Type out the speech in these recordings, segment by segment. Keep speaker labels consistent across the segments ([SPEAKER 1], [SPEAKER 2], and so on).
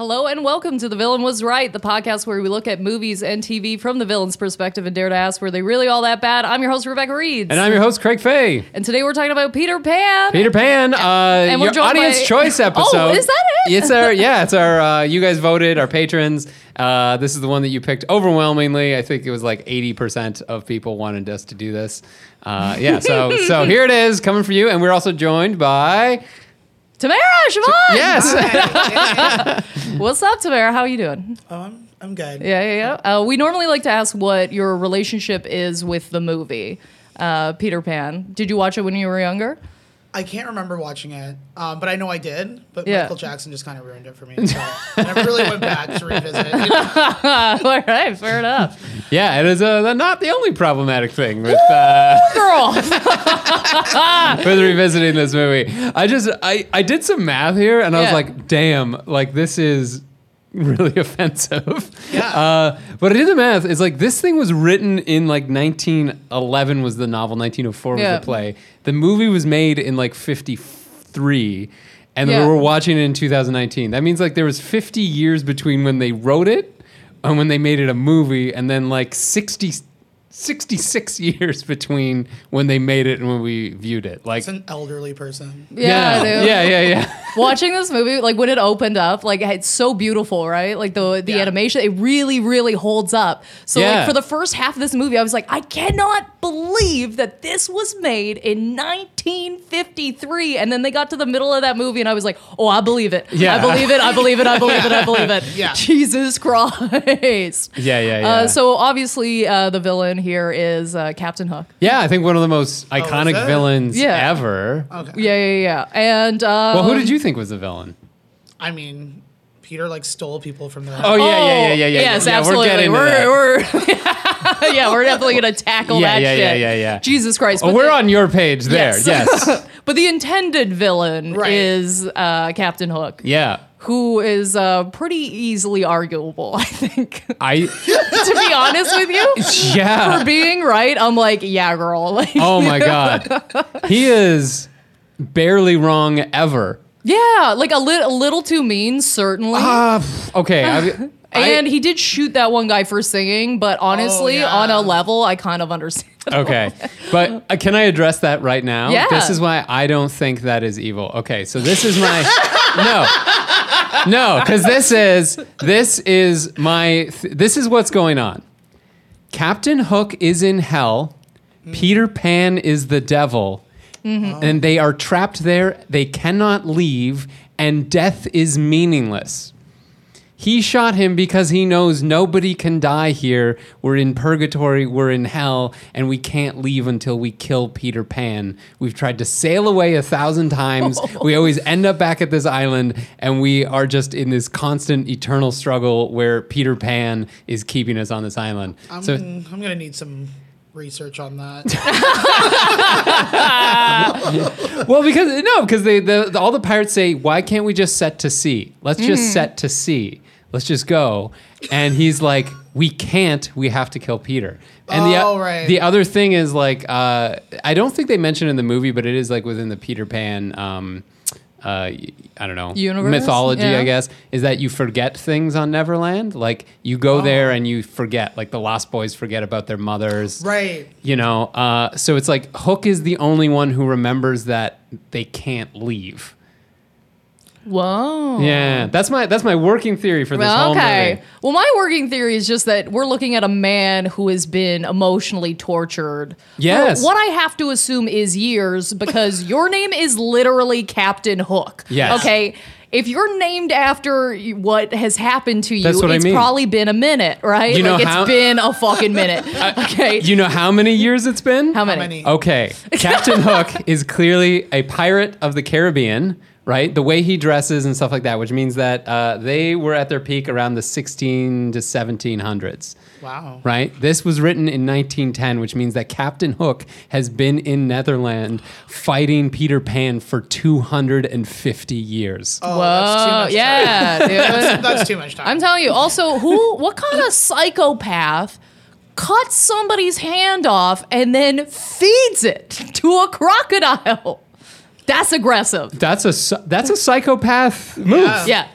[SPEAKER 1] welcome to The Villain Was Right, the podcast where we look at movies and TV from the villain's perspective and dare to ask, were they really all that bad? I'm your host, Rebecca Reeds.
[SPEAKER 2] And I'm your host, Craig Fay.
[SPEAKER 1] And today we're talking about Peter Pan.
[SPEAKER 2] Peter Pan, uh,
[SPEAKER 1] we're
[SPEAKER 2] your
[SPEAKER 1] joined
[SPEAKER 2] audience
[SPEAKER 1] by-
[SPEAKER 2] choice episode.
[SPEAKER 1] Oh, is that it?
[SPEAKER 2] It's our yeah, it's our uh, you guys voted our patrons. Uh, this is the one that you picked overwhelmingly. I think it was like eighty percent of people wanted us to do this. Uh, yeah, so so here it is coming for you, and we're also joined by
[SPEAKER 1] Tamara Siobhan.
[SPEAKER 2] yes,
[SPEAKER 1] What's up, Tamara? How you doing?
[SPEAKER 3] Oh, I'm, I'm good.
[SPEAKER 1] Yeah, yeah, yeah. Uh, we normally like to ask what your relationship is with the movie, uh, Peter Pan. Did you watch it when you were younger?
[SPEAKER 3] I can't remember watching it, um, but I know I did. But
[SPEAKER 1] Yeah.
[SPEAKER 3] Michael Jackson just kind of ruined it for me. So I never really went back to revisit. it. You know,
[SPEAKER 1] all right, fair enough.
[SPEAKER 2] yeah. It is uh, not the only problematic thing with uh,
[SPEAKER 1] Girl.
[SPEAKER 2] with revisiting this movie. I just I I did some math here, and I was
[SPEAKER 1] Yeah.
[SPEAKER 2] like, damn, like this is really offensive.
[SPEAKER 3] Yeah.
[SPEAKER 2] Uh, but I did the math. It's like this thing was written in like 1911 was the novel, 1904
[SPEAKER 1] Yeah.
[SPEAKER 2] was the play. The movie was made in like 53. And
[SPEAKER 1] Yeah.
[SPEAKER 2] then we're watching it in 2019. That means like there was 50 years between when they wrote it and when they made it a movie, and then like 60, 66 years between when they made it and when we viewed it. Like
[SPEAKER 3] It's an elderly person.
[SPEAKER 1] Yeah,
[SPEAKER 2] yeah,
[SPEAKER 1] dude.
[SPEAKER 2] yeah, yeah, yeah.
[SPEAKER 1] Watching this movie, like when it opened up, like it's so beautiful, right? Like the the
[SPEAKER 3] Yeah.
[SPEAKER 1] animation, it really, really holds up. So
[SPEAKER 2] Yeah.
[SPEAKER 1] like for the first half of this movie, I was like, I cannot believe that this was made in 1953. And then they got to the middle of that movie, and I was like, Oh, I believe it. I
[SPEAKER 2] Yeah.
[SPEAKER 1] believe it. I believe it. I believe it. I believe it.
[SPEAKER 3] Yeah.
[SPEAKER 1] Jesus Christ.
[SPEAKER 2] Yeah, yeah,
[SPEAKER 1] Uh,
[SPEAKER 2] yeah.
[SPEAKER 1] so obviously, uh, the villain here is uh, Captain Hook.
[SPEAKER 2] Yeah, I think one of the most iconic
[SPEAKER 3] that?
[SPEAKER 2] villains
[SPEAKER 1] Yeah.
[SPEAKER 2] ever.
[SPEAKER 3] Okay.
[SPEAKER 1] Yeah, yeah, yeah. And uh,
[SPEAKER 2] Well, who did you think was the villain?
[SPEAKER 3] I mean, Peter like stole people from their.
[SPEAKER 2] Oh yeah, yeah, yeah, yeah, yeah.
[SPEAKER 1] Yes,
[SPEAKER 2] yeah,
[SPEAKER 1] absolutely.
[SPEAKER 2] We're getting to that.
[SPEAKER 1] we're, we're- yeah, we're definitely gonna tackle
[SPEAKER 2] Yeah,
[SPEAKER 1] that
[SPEAKER 2] yeah,
[SPEAKER 1] shit.
[SPEAKER 2] yeah, yeah, yeah.
[SPEAKER 1] Jesus Christ.
[SPEAKER 2] Oh,
[SPEAKER 1] but
[SPEAKER 2] we're
[SPEAKER 1] the-
[SPEAKER 2] on your page there.
[SPEAKER 1] Yes.
[SPEAKER 2] Yes.
[SPEAKER 1] But the intended villain
[SPEAKER 3] Right.
[SPEAKER 1] is uh, Captain Hook,
[SPEAKER 2] yeah.
[SPEAKER 1] who is uh, pretty easily arguable, I think.
[SPEAKER 2] I.
[SPEAKER 1] to be honest with you,
[SPEAKER 2] Yeah.
[SPEAKER 1] for being right, I'm like, yeah, girl. Like,
[SPEAKER 2] Oh my god. He is barely wrong ever.
[SPEAKER 1] yeah, like a, lit a little too mean, certainly.
[SPEAKER 2] Ah, pff, okay. I, I-
[SPEAKER 1] Uh,
[SPEAKER 2] Oh,
[SPEAKER 1] and he did shoot that one guy for singing, but honestly,
[SPEAKER 3] yeah.
[SPEAKER 1] on a level, I kind of understand.
[SPEAKER 2] Okay. But uh, can I address that right now?
[SPEAKER 1] Yeah.
[SPEAKER 2] This is why I don't think that is evil. Okay. So this is my No. No, cuz this is this is my th- this is what's going on. Captain Hook is in hell. Peter Pan is the devil. And they are trapped there. They cannot leave and death is meaningless. He shot him because he knows nobody can die here. We're in purgatory, we're in hell, and we can't leave until we kill Peter Pan. We've tried to sail away a thousand times. we always end up back at this island, and we are just in this constant eternal struggle where Peter Pan is keeping us on this island.
[SPEAKER 3] I'm,
[SPEAKER 2] so
[SPEAKER 3] Mm, I'm gonna need some research on that.
[SPEAKER 2] Well, because no, because they the, the, all the pirates say, "Why can't we just set to sea? Let's just set to sea. Let's just go." And he's like, "We can't. We have to kill Peter." And the
[SPEAKER 3] Oh, right.
[SPEAKER 2] the other thing is like, uh, I don't think they mention it in the movie, but it is like within the Peter Pan. Um, uh, I don't know
[SPEAKER 1] Universe?
[SPEAKER 2] mythology,
[SPEAKER 1] Yeah.
[SPEAKER 2] I guess, is that you forget things on Neverland. Like you go there and you forget, like the Lost Boys forget about their mothers,
[SPEAKER 3] right.
[SPEAKER 2] you know uh, so it's like hook is the only one who remembers that they can't leave
[SPEAKER 1] Whoa.
[SPEAKER 2] yeah that's my that's my working theory for this whole movie
[SPEAKER 1] Well, my working theory is just that we're looking at a man who has been emotionally tortured. for
[SPEAKER 2] Yes.
[SPEAKER 1] what I have to assume is years because your name is literally Captain Hook.
[SPEAKER 2] Yes.
[SPEAKER 1] Okay. If you're named after y- what has happened to you,
[SPEAKER 2] That's what I
[SPEAKER 1] it's
[SPEAKER 2] mean.
[SPEAKER 1] probably been a minute, right?
[SPEAKER 2] You know
[SPEAKER 1] like
[SPEAKER 2] how-
[SPEAKER 1] it's been a fucking minute. okay.
[SPEAKER 2] you know how many years it's been
[SPEAKER 1] how many?
[SPEAKER 3] many?
[SPEAKER 2] okay captain hook is clearly a pirate of the caribbean right the way he dresses and stuff like that which means that uh, they were at their peak around the 16 to 1700s
[SPEAKER 3] Wow.
[SPEAKER 2] right? This was written in 1910, which means that Captain Hook has been in Netherland fighting Peter Pan for 250 years.
[SPEAKER 3] Oh, that's too
[SPEAKER 1] Whoa.
[SPEAKER 3] much time.
[SPEAKER 1] Yeah, dude.
[SPEAKER 3] That's too much time.
[SPEAKER 1] I'm telling you. Also, who? What kind of psychopath cuts somebody's hand off and then feeds it to a crocodile? That's aggressive.
[SPEAKER 2] That's a psy- that's a psychopath move.
[SPEAKER 3] Yeah.
[SPEAKER 1] Yeah.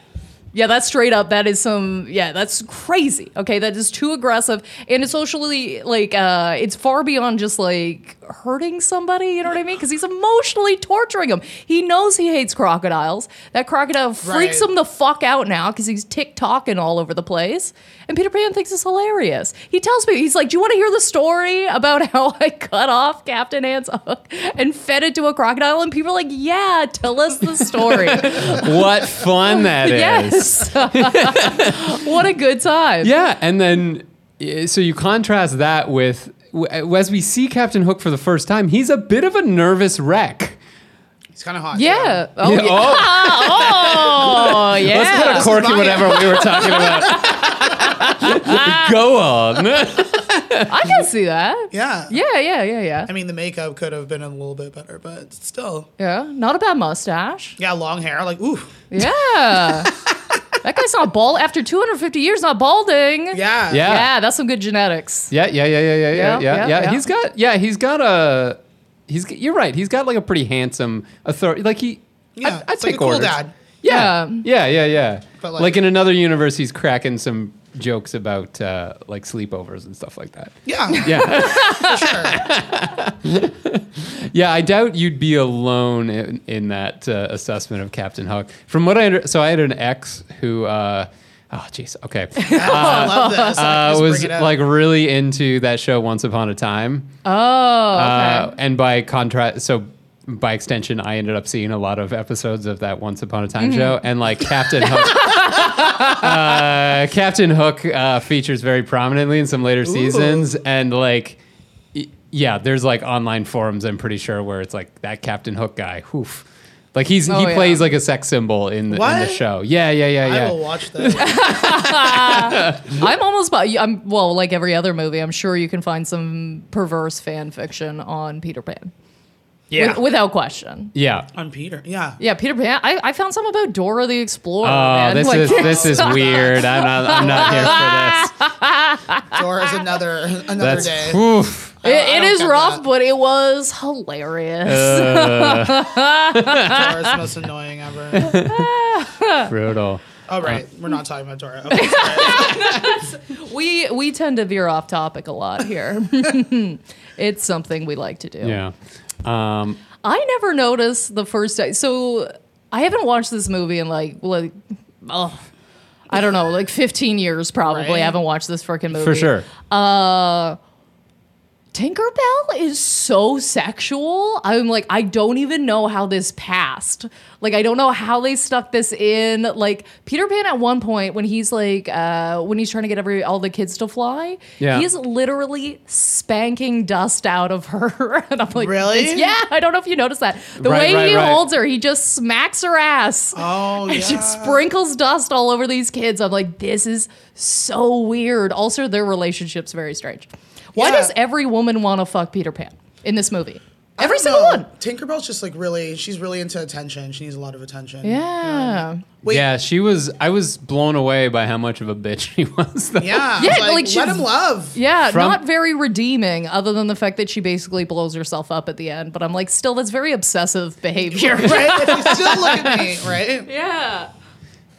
[SPEAKER 1] Yeah, that's straight up. That is some. Yeah, that's crazy. Okay, that is too aggressive, and it's socially like uh, it's far beyond just like hurting somebody. You know what I mean? Because he's emotionally torturing him. He knows he hates crocodiles. That crocodile freaks
[SPEAKER 3] Right.
[SPEAKER 1] him the fuck out now because he's tick tocking all over the place. And Peter Pan thinks it's hilarious. He tells me he's like, "Do you want to hear the story about how I cut off Captain Ant's hook and fed it to a crocodile?" And people are like, "Yeah, tell us the story."
[SPEAKER 2] What fun that is.
[SPEAKER 1] Yes. what a good time.
[SPEAKER 2] Yeah, and then eh, so you contrast that with w- eh, as we see Captain Hook for the first time, he's a bit of a nervous wreck.
[SPEAKER 3] It's kind of hot.
[SPEAKER 1] Yeah. Oh, yeah.
[SPEAKER 2] Oh,
[SPEAKER 1] Oh, yeah.
[SPEAKER 2] let's put a cork in whatever we were talking about. Go on.
[SPEAKER 1] I can see that.
[SPEAKER 3] Yeah.
[SPEAKER 1] Yeah, yeah, yeah, yeah.
[SPEAKER 3] I mean, the makeup could have been a little bit better, but still.
[SPEAKER 1] Yeah. Not a bad mustache.
[SPEAKER 3] Yeah, long hair. Like, ooh.
[SPEAKER 1] Yeah. that guy's not bald after 250 years, not balding.
[SPEAKER 3] Yeah.
[SPEAKER 2] Yeah.
[SPEAKER 1] Yeah, that's some good genetics.
[SPEAKER 2] Yeah, yeah, yeah, yeah, yeah, yeah, yeah,
[SPEAKER 1] yeah,
[SPEAKER 2] yeah.
[SPEAKER 1] yeah.
[SPEAKER 2] He's got yeah, he's got a he's g- you're right. He's got like a pretty handsome authority. Like he
[SPEAKER 3] Yeah,
[SPEAKER 2] I, I
[SPEAKER 3] it's like
[SPEAKER 2] take
[SPEAKER 3] a cool
[SPEAKER 2] orders.
[SPEAKER 3] dad.
[SPEAKER 2] Yeah. Yeah, yeah, yeah.
[SPEAKER 3] But,
[SPEAKER 2] like,
[SPEAKER 3] like-
[SPEAKER 2] in another universe he's cracking some jokes about uh, like sleepovers and stuff like that.
[SPEAKER 3] Yeah.
[SPEAKER 2] Yeah.
[SPEAKER 3] For sure.
[SPEAKER 2] yeah, I doubt you'd be alone in, in that uh, assessment of Captain Hook. From what I under- so I had an ex who uh oh jeez, okay.
[SPEAKER 3] I love this.
[SPEAKER 2] uh,
[SPEAKER 3] Just bring
[SPEAKER 2] was
[SPEAKER 3] it up.
[SPEAKER 2] like really into that show Once Upon a Time.
[SPEAKER 1] Oh, okay.
[SPEAKER 2] Uh, and by contrast, so by extension, I ended up seeing a lot of episodes of that Once Upon a Time
[SPEAKER 1] Mm-hmm.
[SPEAKER 2] show, and like Captain Hook. uh, Captain Hook uh, features very prominently in some later seasons, and like. y- Yeah, there's like online forums. I'm pretty sure where it's like that Captain Hook guy. Oof. Like he's
[SPEAKER 1] Oh,
[SPEAKER 2] he
[SPEAKER 1] yeah.
[SPEAKER 2] plays like a sex symbol in the, in the
[SPEAKER 3] What?
[SPEAKER 2] show. Yeah, yeah, yeah, yeah.
[SPEAKER 3] I will watch that.
[SPEAKER 1] I'm almost. bu- I'm well, like every other movie. I'm sure you can find some perverse fan fiction on Peter Pan.
[SPEAKER 2] Yeah.
[SPEAKER 1] With- without question.
[SPEAKER 2] yeah.
[SPEAKER 3] on Peter. Yeah.
[SPEAKER 1] Yeah, Peter Pan. I, I found some about Dora the Explorer.
[SPEAKER 2] Oh,
[SPEAKER 1] man.
[SPEAKER 2] this
[SPEAKER 1] Like-
[SPEAKER 2] is this is weird. I'm not I'm not here for this.
[SPEAKER 3] Dora's another another
[SPEAKER 2] That's
[SPEAKER 3] day.
[SPEAKER 2] oof.
[SPEAKER 3] I
[SPEAKER 1] It, it
[SPEAKER 3] don't
[SPEAKER 1] is
[SPEAKER 3] get
[SPEAKER 1] rough,
[SPEAKER 3] that.
[SPEAKER 1] but it was hilarious.
[SPEAKER 2] Uh.
[SPEAKER 3] Dora's the most annoying ever.
[SPEAKER 2] Brutal.
[SPEAKER 3] All
[SPEAKER 2] Uh,
[SPEAKER 3] right, we're not talking about Dora. Okay,
[SPEAKER 1] we we tend to veer off topic a lot here. it's something we like to do.
[SPEAKER 2] Yeah. Um,
[SPEAKER 1] I never noticed the first time. So I haven't watched this movie in like like oh, I don't know, like 15 years probably.
[SPEAKER 3] Right.
[SPEAKER 1] I haven't watched this freaking movie
[SPEAKER 2] for sure.
[SPEAKER 1] Tinkerbell is so sexual. I'm like, I don't even know how this passed. Like, I don't know how they stuck this in. Like, Peter Pan at one point, when he's like, uh, when he's trying to get every all the kids to fly,
[SPEAKER 2] Yeah.
[SPEAKER 1] he's literally spanking dust out of her. and I'm like,
[SPEAKER 3] Really?
[SPEAKER 1] "This- Yeah, I don't know if you noticed that. The
[SPEAKER 2] Right,
[SPEAKER 1] way
[SPEAKER 2] right,
[SPEAKER 1] he
[SPEAKER 2] right.
[SPEAKER 1] holds her, he just smacks her ass.
[SPEAKER 3] Oh yeah.
[SPEAKER 1] It just sprinkles dust all over these kids. I'm like, this is so weird. Also, their relationship's very strange. Why
[SPEAKER 3] Yeah.
[SPEAKER 1] does every woman want to fuck Peter Pan in this movie?
[SPEAKER 3] I
[SPEAKER 1] Every
[SPEAKER 3] don't
[SPEAKER 1] single
[SPEAKER 3] know.
[SPEAKER 1] one.
[SPEAKER 3] um, Tinkerbell's just like really, she's really into attention. She needs a lot of attention.
[SPEAKER 1] Yeah.
[SPEAKER 3] Wait.
[SPEAKER 2] yeah, she was. I was blown away by how much of a bitch she was. Though.
[SPEAKER 3] Yeah.
[SPEAKER 1] Yeah,
[SPEAKER 3] it's
[SPEAKER 1] like, she's-
[SPEAKER 3] let him love.
[SPEAKER 1] Yeah,
[SPEAKER 2] From-
[SPEAKER 1] not very redeeming, other than the fact that she basically blows herself up at the end. But I'm like, still, that's very obsessive behavior.
[SPEAKER 3] Right? If you still look at me, right?
[SPEAKER 1] yeah.
[SPEAKER 2] Yeah,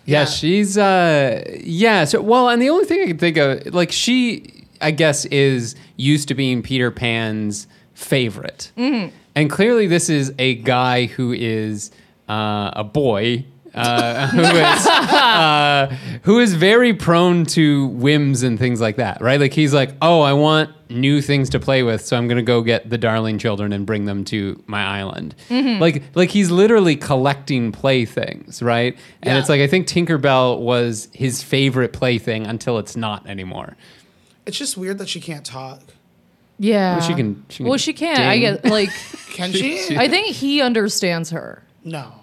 [SPEAKER 3] Yeah.
[SPEAKER 2] she's. Uh, yeah. So well, and the only thing I can think of, like she, I guess, is used to being Peter Pan's favorite, and clearly this is a guy who is uh, a boy. Uh, who is uh, who is very prone to whims and things like that, right? Like he's like, oh, I want new things to play with, so I'm gonna go get the darling children and bring them to my island. Like, like he's literally collecting playthings, right? And
[SPEAKER 3] Yeah.
[SPEAKER 2] it's like I think Tinkerbell was his favorite plaything until it's not anymore.
[SPEAKER 3] It's just weird that she can't talk.
[SPEAKER 1] Yeah.
[SPEAKER 2] Well, she can- she can
[SPEAKER 1] well, she can. I
[SPEAKER 2] ding.
[SPEAKER 1] guess. Like,
[SPEAKER 3] Can she?
[SPEAKER 1] I think he understands her.
[SPEAKER 3] no.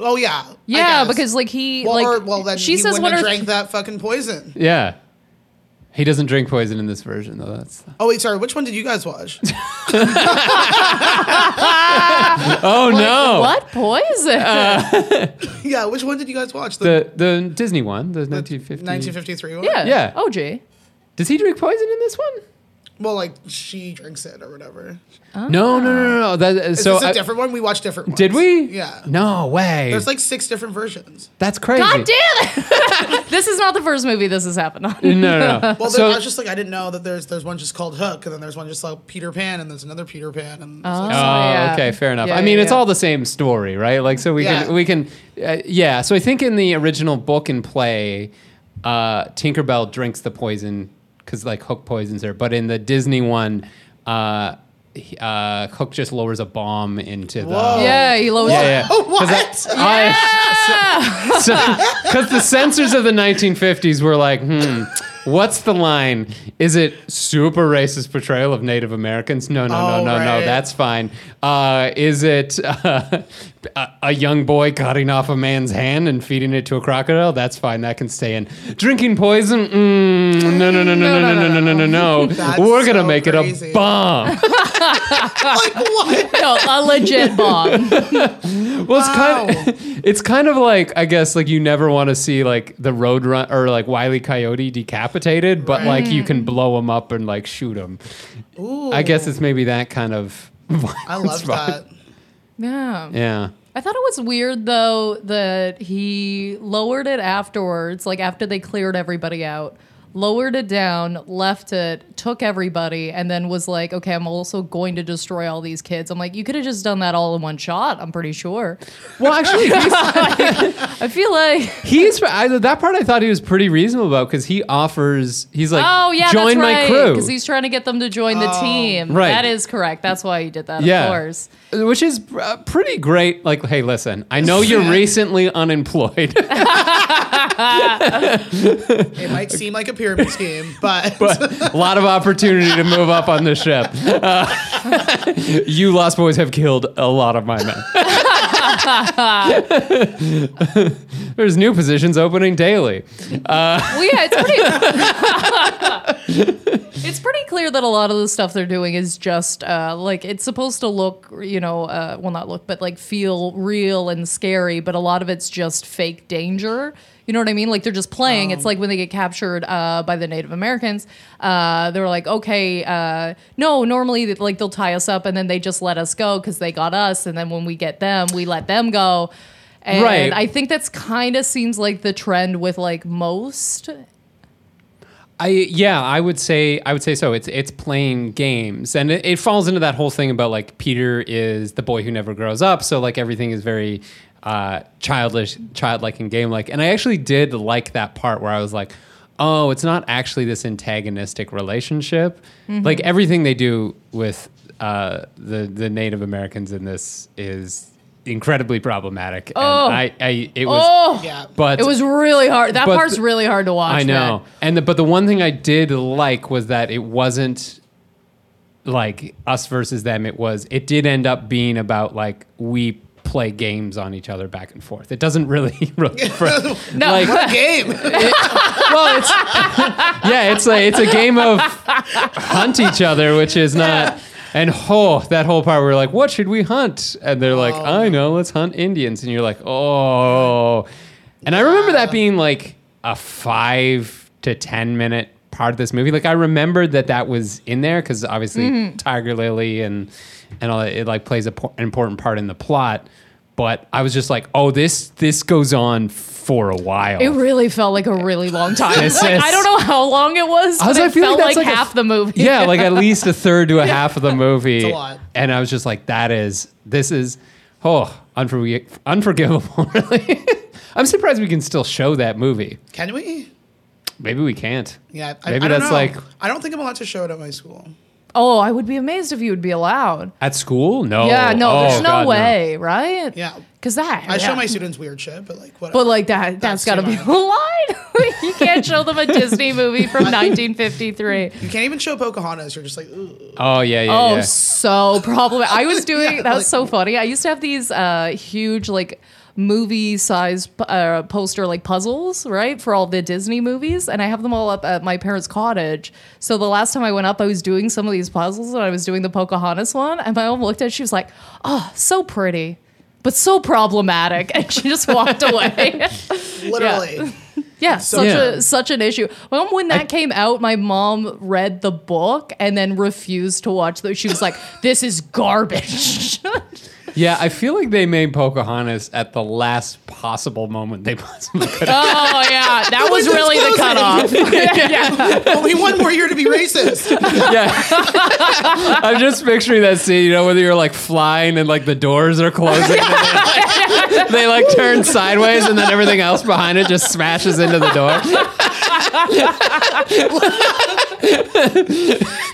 [SPEAKER 3] Oh yeah. I
[SPEAKER 1] Yeah,
[SPEAKER 3] guess.
[SPEAKER 1] because like he,
[SPEAKER 3] well,
[SPEAKER 1] like
[SPEAKER 3] or, well then
[SPEAKER 1] she
[SPEAKER 3] he
[SPEAKER 1] says
[SPEAKER 3] wouldn't
[SPEAKER 1] when
[SPEAKER 3] have
[SPEAKER 1] her
[SPEAKER 3] drank that fucking poison.
[SPEAKER 2] Yeah, he doesn't drink poison in this version though. That's
[SPEAKER 3] Oh wait, sorry. Which one did you guys watch?
[SPEAKER 2] oh Uh, no,
[SPEAKER 1] what poison?
[SPEAKER 3] yeah, which one did you guys watch?
[SPEAKER 2] the the Disney one, the 1950.
[SPEAKER 3] 1953 one.
[SPEAKER 1] Yeah.
[SPEAKER 2] Yeah.
[SPEAKER 1] OG.
[SPEAKER 2] Does he drink poison in this one?
[SPEAKER 3] Well, like she drinks it or whatever.
[SPEAKER 2] No, no, no, no, no. That, uh, so
[SPEAKER 3] Is this Oh. a
[SPEAKER 2] I-
[SPEAKER 3] different one? We watched different ones.
[SPEAKER 2] did we?
[SPEAKER 3] Yeah.
[SPEAKER 2] No way.
[SPEAKER 3] There's like six different versions.
[SPEAKER 2] That's crazy.
[SPEAKER 1] God damn it! this is not the first movie this has happened on.
[SPEAKER 2] No, no, no.
[SPEAKER 3] Well,
[SPEAKER 2] so,
[SPEAKER 3] I was just like, I didn't know that there's there's one just called Hook, and then there's one just like Peter Pan, and there's another Peter Pan, and it's like-
[SPEAKER 2] oh,
[SPEAKER 1] yeah.
[SPEAKER 2] okay, fair enough.
[SPEAKER 1] Yeah,
[SPEAKER 2] I mean,
[SPEAKER 1] yeah,
[SPEAKER 2] it's
[SPEAKER 1] yeah.
[SPEAKER 2] all the same story, right? Like, so we
[SPEAKER 3] Yeah.
[SPEAKER 2] can, we can, uh, yeah. So I think in the original book and play, uh, Tinkerbell drinks the poison because like Hook poisons her, but in the Disney one, uh, he- uh, Hook just lowers a bomb into the.
[SPEAKER 3] Whoa.
[SPEAKER 1] Yeah, he lowers.
[SPEAKER 2] Yeah, yeah.
[SPEAKER 3] Oh, what?
[SPEAKER 2] 'Cause I- because the censors of the 1950s were like, hmm, what's the line? Is it super racist portrayal of Native Americans? No, no,
[SPEAKER 3] Oh,
[SPEAKER 2] no, no,
[SPEAKER 3] right.
[SPEAKER 2] no. That's fine. Uh, is it uh, a, a young boy cutting off a man's hand and feeding it to a crocodile? That's fine. That can stay in. Drinking poison? Mm, no, no, no, no, no, no, no, no, no, no.
[SPEAKER 3] That's
[SPEAKER 2] We're gonna
[SPEAKER 3] so
[SPEAKER 2] make it
[SPEAKER 3] crazy.
[SPEAKER 2] a bomb. Ah.
[SPEAKER 3] like what?
[SPEAKER 1] No, a legit bomb.
[SPEAKER 2] Well, it's kind of, it's kind of like I guess like you never want to see like the road run or like Wiley Coyote decapitated, but
[SPEAKER 3] Right. Mm.
[SPEAKER 2] like you can blow him up and like shoot him.
[SPEAKER 3] Ooh,
[SPEAKER 2] I guess it's maybe that kind of.
[SPEAKER 3] I love that.
[SPEAKER 1] Yeah.
[SPEAKER 2] Yeah.
[SPEAKER 1] I thought it was weird though that he lowered it afterwards, like after they cleared everybody out, lowered it down, left it, took everybody, and then was like, "Okay, I'm also going to destroy all these kids." I'm like, you could have just done that all in one shot. I'm pretty sure.
[SPEAKER 2] Well, actually,
[SPEAKER 1] I feel like
[SPEAKER 2] he's, he's I, that part I thought he was pretty reasonable about because he offers. He's like,
[SPEAKER 1] oh yeah,
[SPEAKER 2] join
[SPEAKER 1] that's
[SPEAKER 2] my
[SPEAKER 1] right,
[SPEAKER 2] crew.
[SPEAKER 1] because he's trying to get them to join the
[SPEAKER 3] Oh.
[SPEAKER 1] team.
[SPEAKER 2] Right.
[SPEAKER 1] that is correct. That's why he did that. Of course.
[SPEAKER 2] Which is uh, pretty great. Like, hey, listen, I know you're recently unemployed.
[SPEAKER 3] It might seem like a pyramid scheme, but,
[SPEAKER 2] a lot of opportunity to move up on the ship. Uh, you Lost Boys have killed a lot of my men. There's new positions opening daily.
[SPEAKER 1] Well, yeah, it's pretty. it's pretty clear that a lot of the stuff they're doing is just uh, like it's supposed to look, you know, uh, well, not look, but like feel real and scary. But a lot of it's just fake danger. You know what I mean? Like they're just playing. it's like when they get captured uh, by the Native Americans. Uh, they're like, okay, uh, no, normally that- like they'll tie us up and then they just let us go because they got us, and then when we get them, we let them go. And
[SPEAKER 2] Right.
[SPEAKER 1] I think that's kind of seems like the trend with like most
[SPEAKER 2] I yeah, I would say I would say so. It's it's playing games, and it, it falls into that whole thing about like Peter is the boy who never grows up. So like everything is very uh, childish, childlike, and game like. And I actually did like that part where I was like, oh, it's not actually this antagonistic relationship.
[SPEAKER 1] Mm-hmm.
[SPEAKER 2] Like everything they do with uh, the the Native Americans in this is incredibly problematic.
[SPEAKER 1] Oh.
[SPEAKER 2] and I, I it was.
[SPEAKER 1] Oh,
[SPEAKER 3] yeah.
[SPEAKER 2] But
[SPEAKER 1] it was really hard. That
[SPEAKER 2] But
[SPEAKER 1] part's
[SPEAKER 2] the-
[SPEAKER 1] really hard to watch.
[SPEAKER 2] I know.
[SPEAKER 1] man.
[SPEAKER 2] And the, but the one thing I did like was that it wasn't like us versus them. It was it did end up being about like we play games on each other back and forth. It doesn't really, really
[SPEAKER 1] No.
[SPEAKER 2] like
[SPEAKER 3] what a game.
[SPEAKER 2] well, it's yeah, it's a it's a game of hunt each other, which is not. And oh, that whole part where we're like, what should we hunt? And they're like, I know, let's hunt Indians. And you're like, oh. And I remember that being like a five to ten minute part of this movie. Like I remembered that that was in there because obviously Tiger Lily and and all that, it like plays a po- an important part in the plot. But I was just like, oh, this this goes on for a while.
[SPEAKER 1] It really felt like a really long time.
[SPEAKER 2] This
[SPEAKER 1] Like,
[SPEAKER 2] is-
[SPEAKER 1] I don't know how long it was.
[SPEAKER 2] I was
[SPEAKER 1] but
[SPEAKER 2] like,
[SPEAKER 1] it
[SPEAKER 2] I feel like
[SPEAKER 1] felt
[SPEAKER 2] that's
[SPEAKER 1] like,
[SPEAKER 2] like a-
[SPEAKER 1] half the movie.
[SPEAKER 2] yeah, like at least a third to a half of the movie.
[SPEAKER 3] It's a lot.
[SPEAKER 2] And I was just like, that is, this is, oh, unforg- unforgivable, really. I'm surprised we can still show that movie.
[SPEAKER 3] Can we?
[SPEAKER 2] Maybe we can't.
[SPEAKER 3] Yeah.
[SPEAKER 2] Maybe
[SPEAKER 3] don't
[SPEAKER 2] that's
[SPEAKER 3] know.
[SPEAKER 2] like
[SPEAKER 3] I don't think I'm allowed to show it at my school.
[SPEAKER 1] Oh, I would be amazed if you would be allowed.
[SPEAKER 2] at school? No.
[SPEAKER 1] yeah. No,
[SPEAKER 2] Oh,
[SPEAKER 1] there's no
[SPEAKER 2] God,
[SPEAKER 1] way, right?
[SPEAKER 3] Yeah.
[SPEAKER 1] Because that.
[SPEAKER 3] I show
[SPEAKER 1] yeah.
[SPEAKER 3] my students weird shit, but like whatever.
[SPEAKER 1] But like that, that's
[SPEAKER 3] That's
[SPEAKER 1] got to
[SPEAKER 3] too
[SPEAKER 1] be
[SPEAKER 3] much.
[SPEAKER 1] a line. you can't show them a Disney movie from 1953.
[SPEAKER 3] you can't even show Pocahontas. You're just like, ooh.
[SPEAKER 2] Oh, yeah, yeah,
[SPEAKER 1] Oh,
[SPEAKER 2] yeah.
[SPEAKER 1] so problematic. I was doing
[SPEAKER 3] Yeah,
[SPEAKER 1] that was
[SPEAKER 3] like-
[SPEAKER 1] so funny. I used to have these uh, huge like movie size uh, poster like puzzles, right, for all the Disney movies, and I have them all up at my parents' cottage. So the last time I went up, I was doing some of these puzzles, and I was doing the Pocahontas one, and my mom looked at, it, she was like, "Oh, so pretty." But so problematic, and she just walked away.
[SPEAKER 3] literally.
[SPEAKER 1] Yeah, such
[SPEAKER 2] Yeah.
[SPEAKER 1] a such an issue. Well, when that
[SPEAKER 2] I-
[SPEAKER 1] came out, my mom read the book and then refused to watch the. She was like, "This is garbage."
[SPEAKER 2] Yeah, I feel like they made Pocahontas at the last possible moment they possibly could. have.
[SPEAKER 1] Oh yeah, that was
[SPEAKER 3] window's
[SPEAKER 1] really the
[SPEAKER 3] closing.
[SPEAKER 1] cutoff. yeah.
[SPEAKER 3] Only one more year to be racist.
[SPEAKER 2] I'm just picturing that scene, you know, whether you're like flying and like the doors are closing. and they, like, they like turn sideways and then everything else behind it just smashes into the door.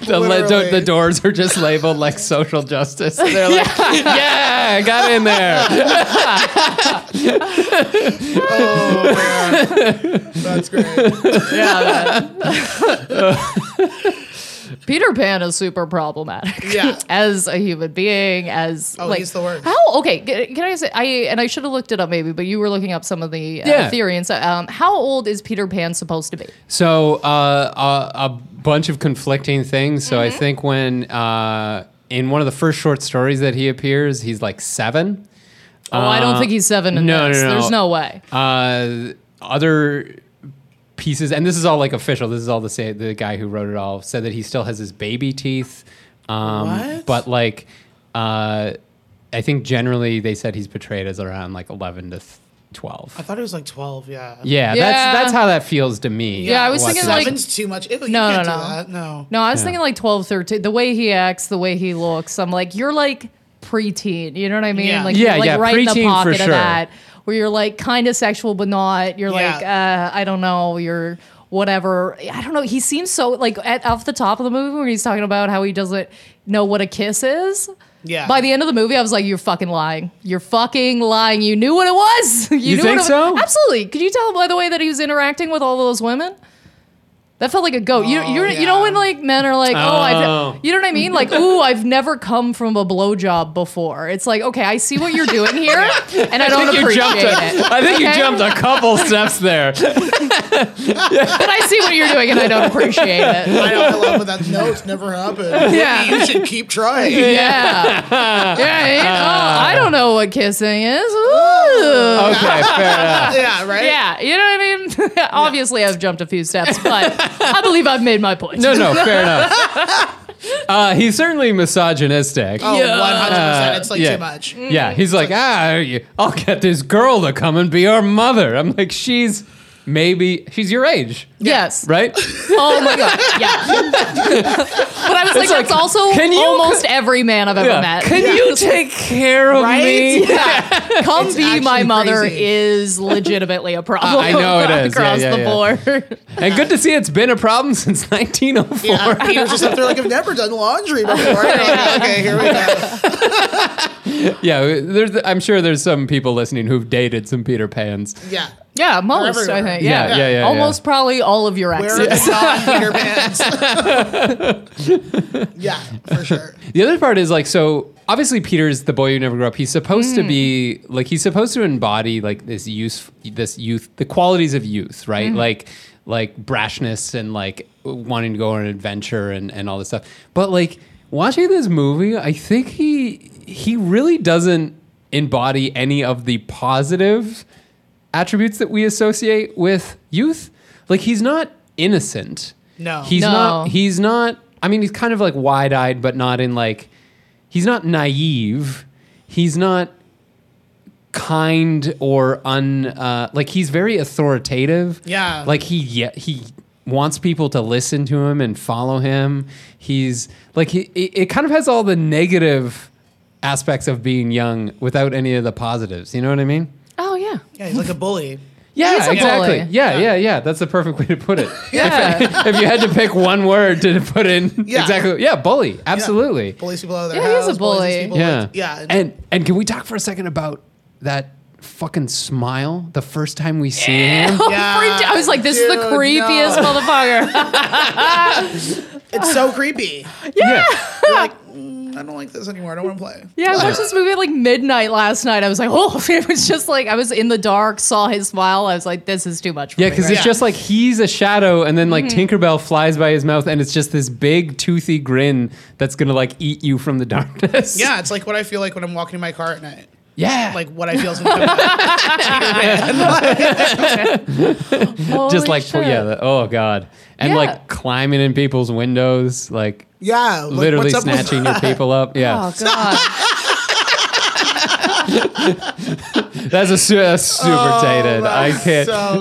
[SPEAKER 2] the, le-
[SPEAKER 3] Literally.
[SPEAKER 2] the doors are just labeled like social justice. And they're like, yeah, I got in there.
[SPEAKER 3] oh man, that's great.
[SPEAKER 1] Peter Pan is super problematic.
[SPEAKER 3] Yeah.
[SPEAKER 1] as a human being, as
[SPEAKER 3] Oh,
[SPEAKER 1] like
[SPEAKER 3] he's the worst.
[SPEAKER 1] how okay? Can, can I say I and I should have looked it up maybe, but you were looking up some of the uh,
[SPEAKER 2] Yeah.
[SPEAKER 1] theory and so. Um, how old is Peter Pan supposed to be?
[SPEAKER 2] So uh, a, a bunch of conflicting things. So I think when uh, in one of the first short stories that he appears, he's like seven.
[SPEAKER 1] Oh, I don't
[SPEAKER 2] Uh,
[SPEAKER 1] think he's seven. In
[SPEAKER 2] no,
[SPEAKER 1] this.
[SPEAKER 2] no, no.
[SPEAKER 1] There's no way.
[SPEAKER 2] Uh, other pieces, and this is all like official. This is all the sa- the guy who wrote it all said that he still has his baby teeth. Um,
[SPEAKER 3] What?
[SPEAKER 2] But like, uh, I think generally they said he's portrayed as around like eleven to th- twelve.
[SPEAKER 3] I thought it was like twelve. Yeah.
[SPEAKER 1] Yeah.
[SPEAKER 2] yeah, that's that's how that feels to me.
[SPEAKER 1] Yeah, I was thinking,
[SPEAKER 2] watching it.
[SPEAKER 1] like-
[SPEAKER 3] Seven's too much. It, you
[SPEAKER 1] No,
[SPEAKER 3] can't
[SPEAKER 1] no,
[SPEAKER 3] do
[SPEAKER 1] no.
[SPEAKER 3] that. No.
[SPEAKER 1] No, I was
[SPEAKER 2] Yeah.
[SPEAKER 1] thinking like 12, 13. The way he acts, the way he looks, I'm like, you're like preteen. You know what I mean?
[SPEAKER 3] Yeah.
[SPEAKER 1] Like,
[SPEAKER 2] Yeah,
[SPEAKER 1] you're like
[SPEAKER 2] yeah,
[SPEAKER 1] right in the
[SPEAKER 2] preteen for
[SPEAKER 1] pocket of
[SPEAKER 2] sure.
[SPEAKER 1] that, where you're like kind of sexual, but not. You're
[SPEAKER 3] Yeah.
[SPEAKER 1] like, uh, I don't know, you're whatever. I don't know. He seems so like at, off the top of the movie where he's talking about how he doesn't know what a kiss is.
[SPEAKER 3] Yeah.
[SPEAKER 1] By the end of the movie, I was like, "You're fucking lying. You're fucking lying. You knew what it was. You, knew
[SPEAKER 2] think
[SPEAKER 1] what it
[SPEAKER 2] so?
[SPEAKER 1] Was. Absolutely. Could you tell by the way that he was interacting with all those women? That felt like a goat. you you you know
[SPEAKER 3] Oh, yeah.
[SPEAKER 1] when like men are like, oh,
[SPEAKER 2] Oh.
[SPEAKER 1] I've, you know what I mean? Like, ooh, I've never come from a blowjob before. It's like, okay, I see what you're doing here, and I don't
[SPEAKER 2] I think you
[SPEAKER 1] appreciate
[SPEAKER 2] jumped.
[SPEAKER 1] it.
[SPEAKER 2] A, I think
[SPEAKER 1] Okay?
[SPEAKER 2] you jumped a couple steps there.
[SPEAKER 1] But I see what you're doing, and I don't appreciate it.
[SPEAKER 3] I know. I love when that. No, it's never happened.
[SPEAKER 1] Yeah.
[SPEAKER 3] You should keep trying.
[SPEAKER 1] Yeah. yeah. ain't-
[SPEAKER 2] Uh.
[SPEAKER 1] oh, I don't know what kissing is. Ooh.
[SPEAKER 2] Okay, fair enough.
[SPEAKER 3] Yeah. Right.
[SPEAKER 1] Yeah, you know what I mean? Obviously, I've jumped a few steps, but I believe I've made my point.
[SPEAKER 2] No, no, fair enough. Uh, he's certainly misogynistic.
[SPEAKER 3] Oh,
[SPEAKER 1] Yeah.
[SPEAKER 3] 100%. It's like
[SPEAKER 2] Yeah.
[SPEAKER 3] too much.
[SPEAKER 2] Yeah, he's like, ah, you- I'll get this girl to come and be your mother. I'm like, she's maybe she's your age,
[SPEAKER 1] Yes.
[SPEAKER 2] right?
[SPEAKER 1] Oh my god. Yeah. but I was like,
[SPEAKER 2] like,
[SPEAKER 1] that's also
[SPEAKER 2] can you-
[SPEAKER 1] almost every man I've ever met.
[SPEAKER 2] Can you take care of
[SPEAKER 1] Right?
[SPEAKER 2] me?
[SPEAKER 1] Yeah. Come be my
[SPEAKER 3] actually
[SPEAKER 1] mother
[SPEAKER 3] crazy.
[SPEAKER 1] is legitimately a problem.
[SPEAKER 2] I know it is. Yeah,
[SPEAKER 1] across
[SPEAKER 2] yeah,
[SPEAKER 1] the
[SPEAKER 2] yeah.
[SPEAKER 1] board.
[SPEAKER 2] And good to see it's been a problem since 1904.
[SPEAKER 3] Yeah, Peter's just up there like I've never done laundry before. Okay, okay, here we go.
[SPEAKER 2] Yeah, there's, I'm sure there's some people listening who've dated some Peter Pans.
[SPEAKER 3] Yeah,
[SPEAKER 1] Yeah, most I
[SPEAKER 3] everywhere.
[SPEAKER 1] think.
[SPEAKER 2] Yeah,
[SPEAKER 1] Yeah,
[SPEAKER 2] yeah, yeah. yeah.
[SPEAKER 1] almost probably all of your
[SPEAKER 3] where
[SPEAKER 1] exes.
[SPEAKER 3] are the non-Peter pants? yeah, for sure.
[SPEAKER 2] The other part is like so obviously Peter's the boy who never grew up. He's supposed to be like he's supposed to embody like this youth this youth the qualities of youth, right? Like like brashness and like wanting to go on an adventure and and all this stuff. But like watching this movie, I think he he really doesn't embody any of the positive attributes that we associate with youth. Like he's not innocent.
[SPEAKER 3] No.
[SPEAKER 2] He's
[SPEAKER 1] No.
[SPEAKER 2] not he's not I mean he's kind of like wide-eyed but not in like he's not naive. He's not kind or un uh, like he's very authoritative.
[SPEAKER 3] Yeah.
[SPEAKER 2] Like he yeah, he wants people to listen to him and follow him. He's like he it it kind of has all the negative aspects of being young without any of the positives. You know what I mean?
[SPEAKER 1] Oh yeah.
[SPEAKER 3] Yeah, he's like a bully.
[SPEAKER 2] Yeah,
[SPEAKER 1] He's a
[SPEAKER 2] exactly.
[SPEAKER 1] bully.
[SPEAKER 2] Yeah, yeah, yeah. That's the perfect way to put it.
[SPEAKER 1] Yeah.
[SPEAKER 2] if you had to pick one word to put in,
[SPEAKER 3] Yeah.
[SPEAKER 2] exactly. Yeah, bully. Absolutely.
[SPEAKER 3] Bullies people out of their
[SPEAKER 1] Yeah, he is
[SPEAKER 3] house,
[SPEAKER 1] a
[SPEAKER 3] bullies
[SPEAKER 1] bully.
[SPEAKER 3] people,
[SPEAKER 2] Yeah.
[SPEAKER 3] like- yeah.
[SPEAKER 2] And and can we talk for a second about that fucking smile the first time we see him?
[SPEAKER 3] Yeah.
[SPEAKER 1] Freaked out. I was like, this is the
[SPEAKER 3] Dude,
[SPEAKER 1] creepiest
[SPEAKER 3] no.
[SPEAKER 1] motherfucker.
[SPEAKER 3] it's so creepy.
[SPEAKER 2] Yeah.
[SPEAKER 3] You're like, "Mm, I don't like this anymore. I don't want to play.
[SPEAKER 1] Yeah, I watched this movie at like midnight last night. I was like, oh, it was just like I was in the dark, saw his smile. I was like, this is too much. For
[SPEAKER 2] Yeah,
[SPEAKER 1] me,
[SPEAKER 2] because
[SPEAKER 1] right?
[SPEAKER 2] it's just like he's a shadow, and then like Tinkerbell flies by his mouth, and it's just this big toothy grin that's gonna like eat you from the darkness.
[SPEAKER 3] Yeah, it's like what I feel like when I'm walking in my car at night.
[SPEAKER 2] Yeah.
[SPEAKER 3] like what I feel is going to come out.
[SPEAKER 2] just
[SPEAKER 1] Holy
[SPEAKER 2] like pull-
[SPEAKER 1] shit.
[SPEAKER 2] yeah. the- oh god. And
[SPEAKER 1] Yeah.
[SPEAKER 2] like climbing in people's windows, like
[SPEAKER 3] Yeah, like,
[SPEAKER 2] literally
[SPEAKER 3] what's up with-
[SPEAKER 2] snatching your people up. Yeah.
[SPEAKER 1] Oh god.
[SPEAKER 2] That's a su- that's super dated. I
[SPEAKER 3] Oh,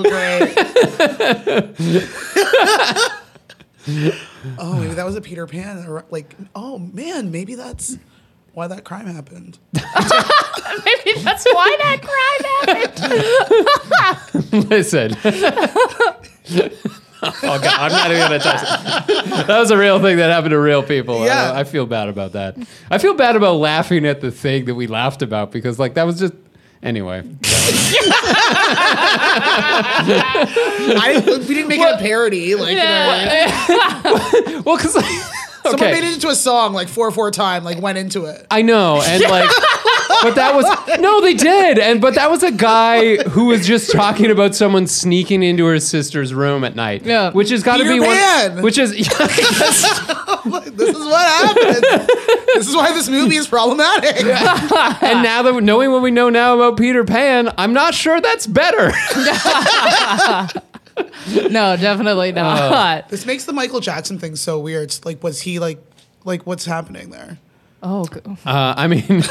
[SPEAKER 2] can't.
[SPEAKER 3] that's So great. oh, maybe that was a Peter Pan. or, Like, oh man, maybe that's why that crime happened.
[SPEAKER 1] Maybe that's why that crime happened.
[SPEAKER 2] Listen. oh
[SPEAKER 3] Oh,
[SPEAKER 2] god, I'm not even gonna touch it. That was a real thing that happened to real people. I-
[SPEAKER 3] Yeah.
[SPEAKER 2] I, feel bad about that. I feel bad about laughing at the thing that we laughed about because like that was just anyway.
[SPEAKER 3] I, we didn't make it a parody. Like, you know,
[SPEAKER 2] Well, because like,
[SPEAKER 3] someone
[SPEAKER 2] okay.
[SPEAKER 3] made it into a song like four four time. Like, went into it.
[SPEAKER 2] I know, and like, but that was no, they did, and but that was a guy who was just talking about someone sneaking into her sister's room at night,
[SPEAKER 1] Yeah.
[SPEAKER 2] which has got to
[SPEAKER 3] Peter
[SPEAKER 2] be
[SPEAKER 3] Pan.
[SPEAKER 2] one, which is
[SPEAKER 3] this is what happened. this is why this movie is problematic.
[SPEAKER 2] and now that knowing what we know now about Peter Pan, I'm not sure that's better.
[SPEAKER 1] No, definitely
[SPEAKER 2] Oh.
[SPEAKER 1] not.
[SPEAKER 3] This makes the Michael Jackson thing so weird. It's like, was he like, like what's happening there?
[SPEAKER 1] oh, go-
[SPEAKER 2] Uh, I mean,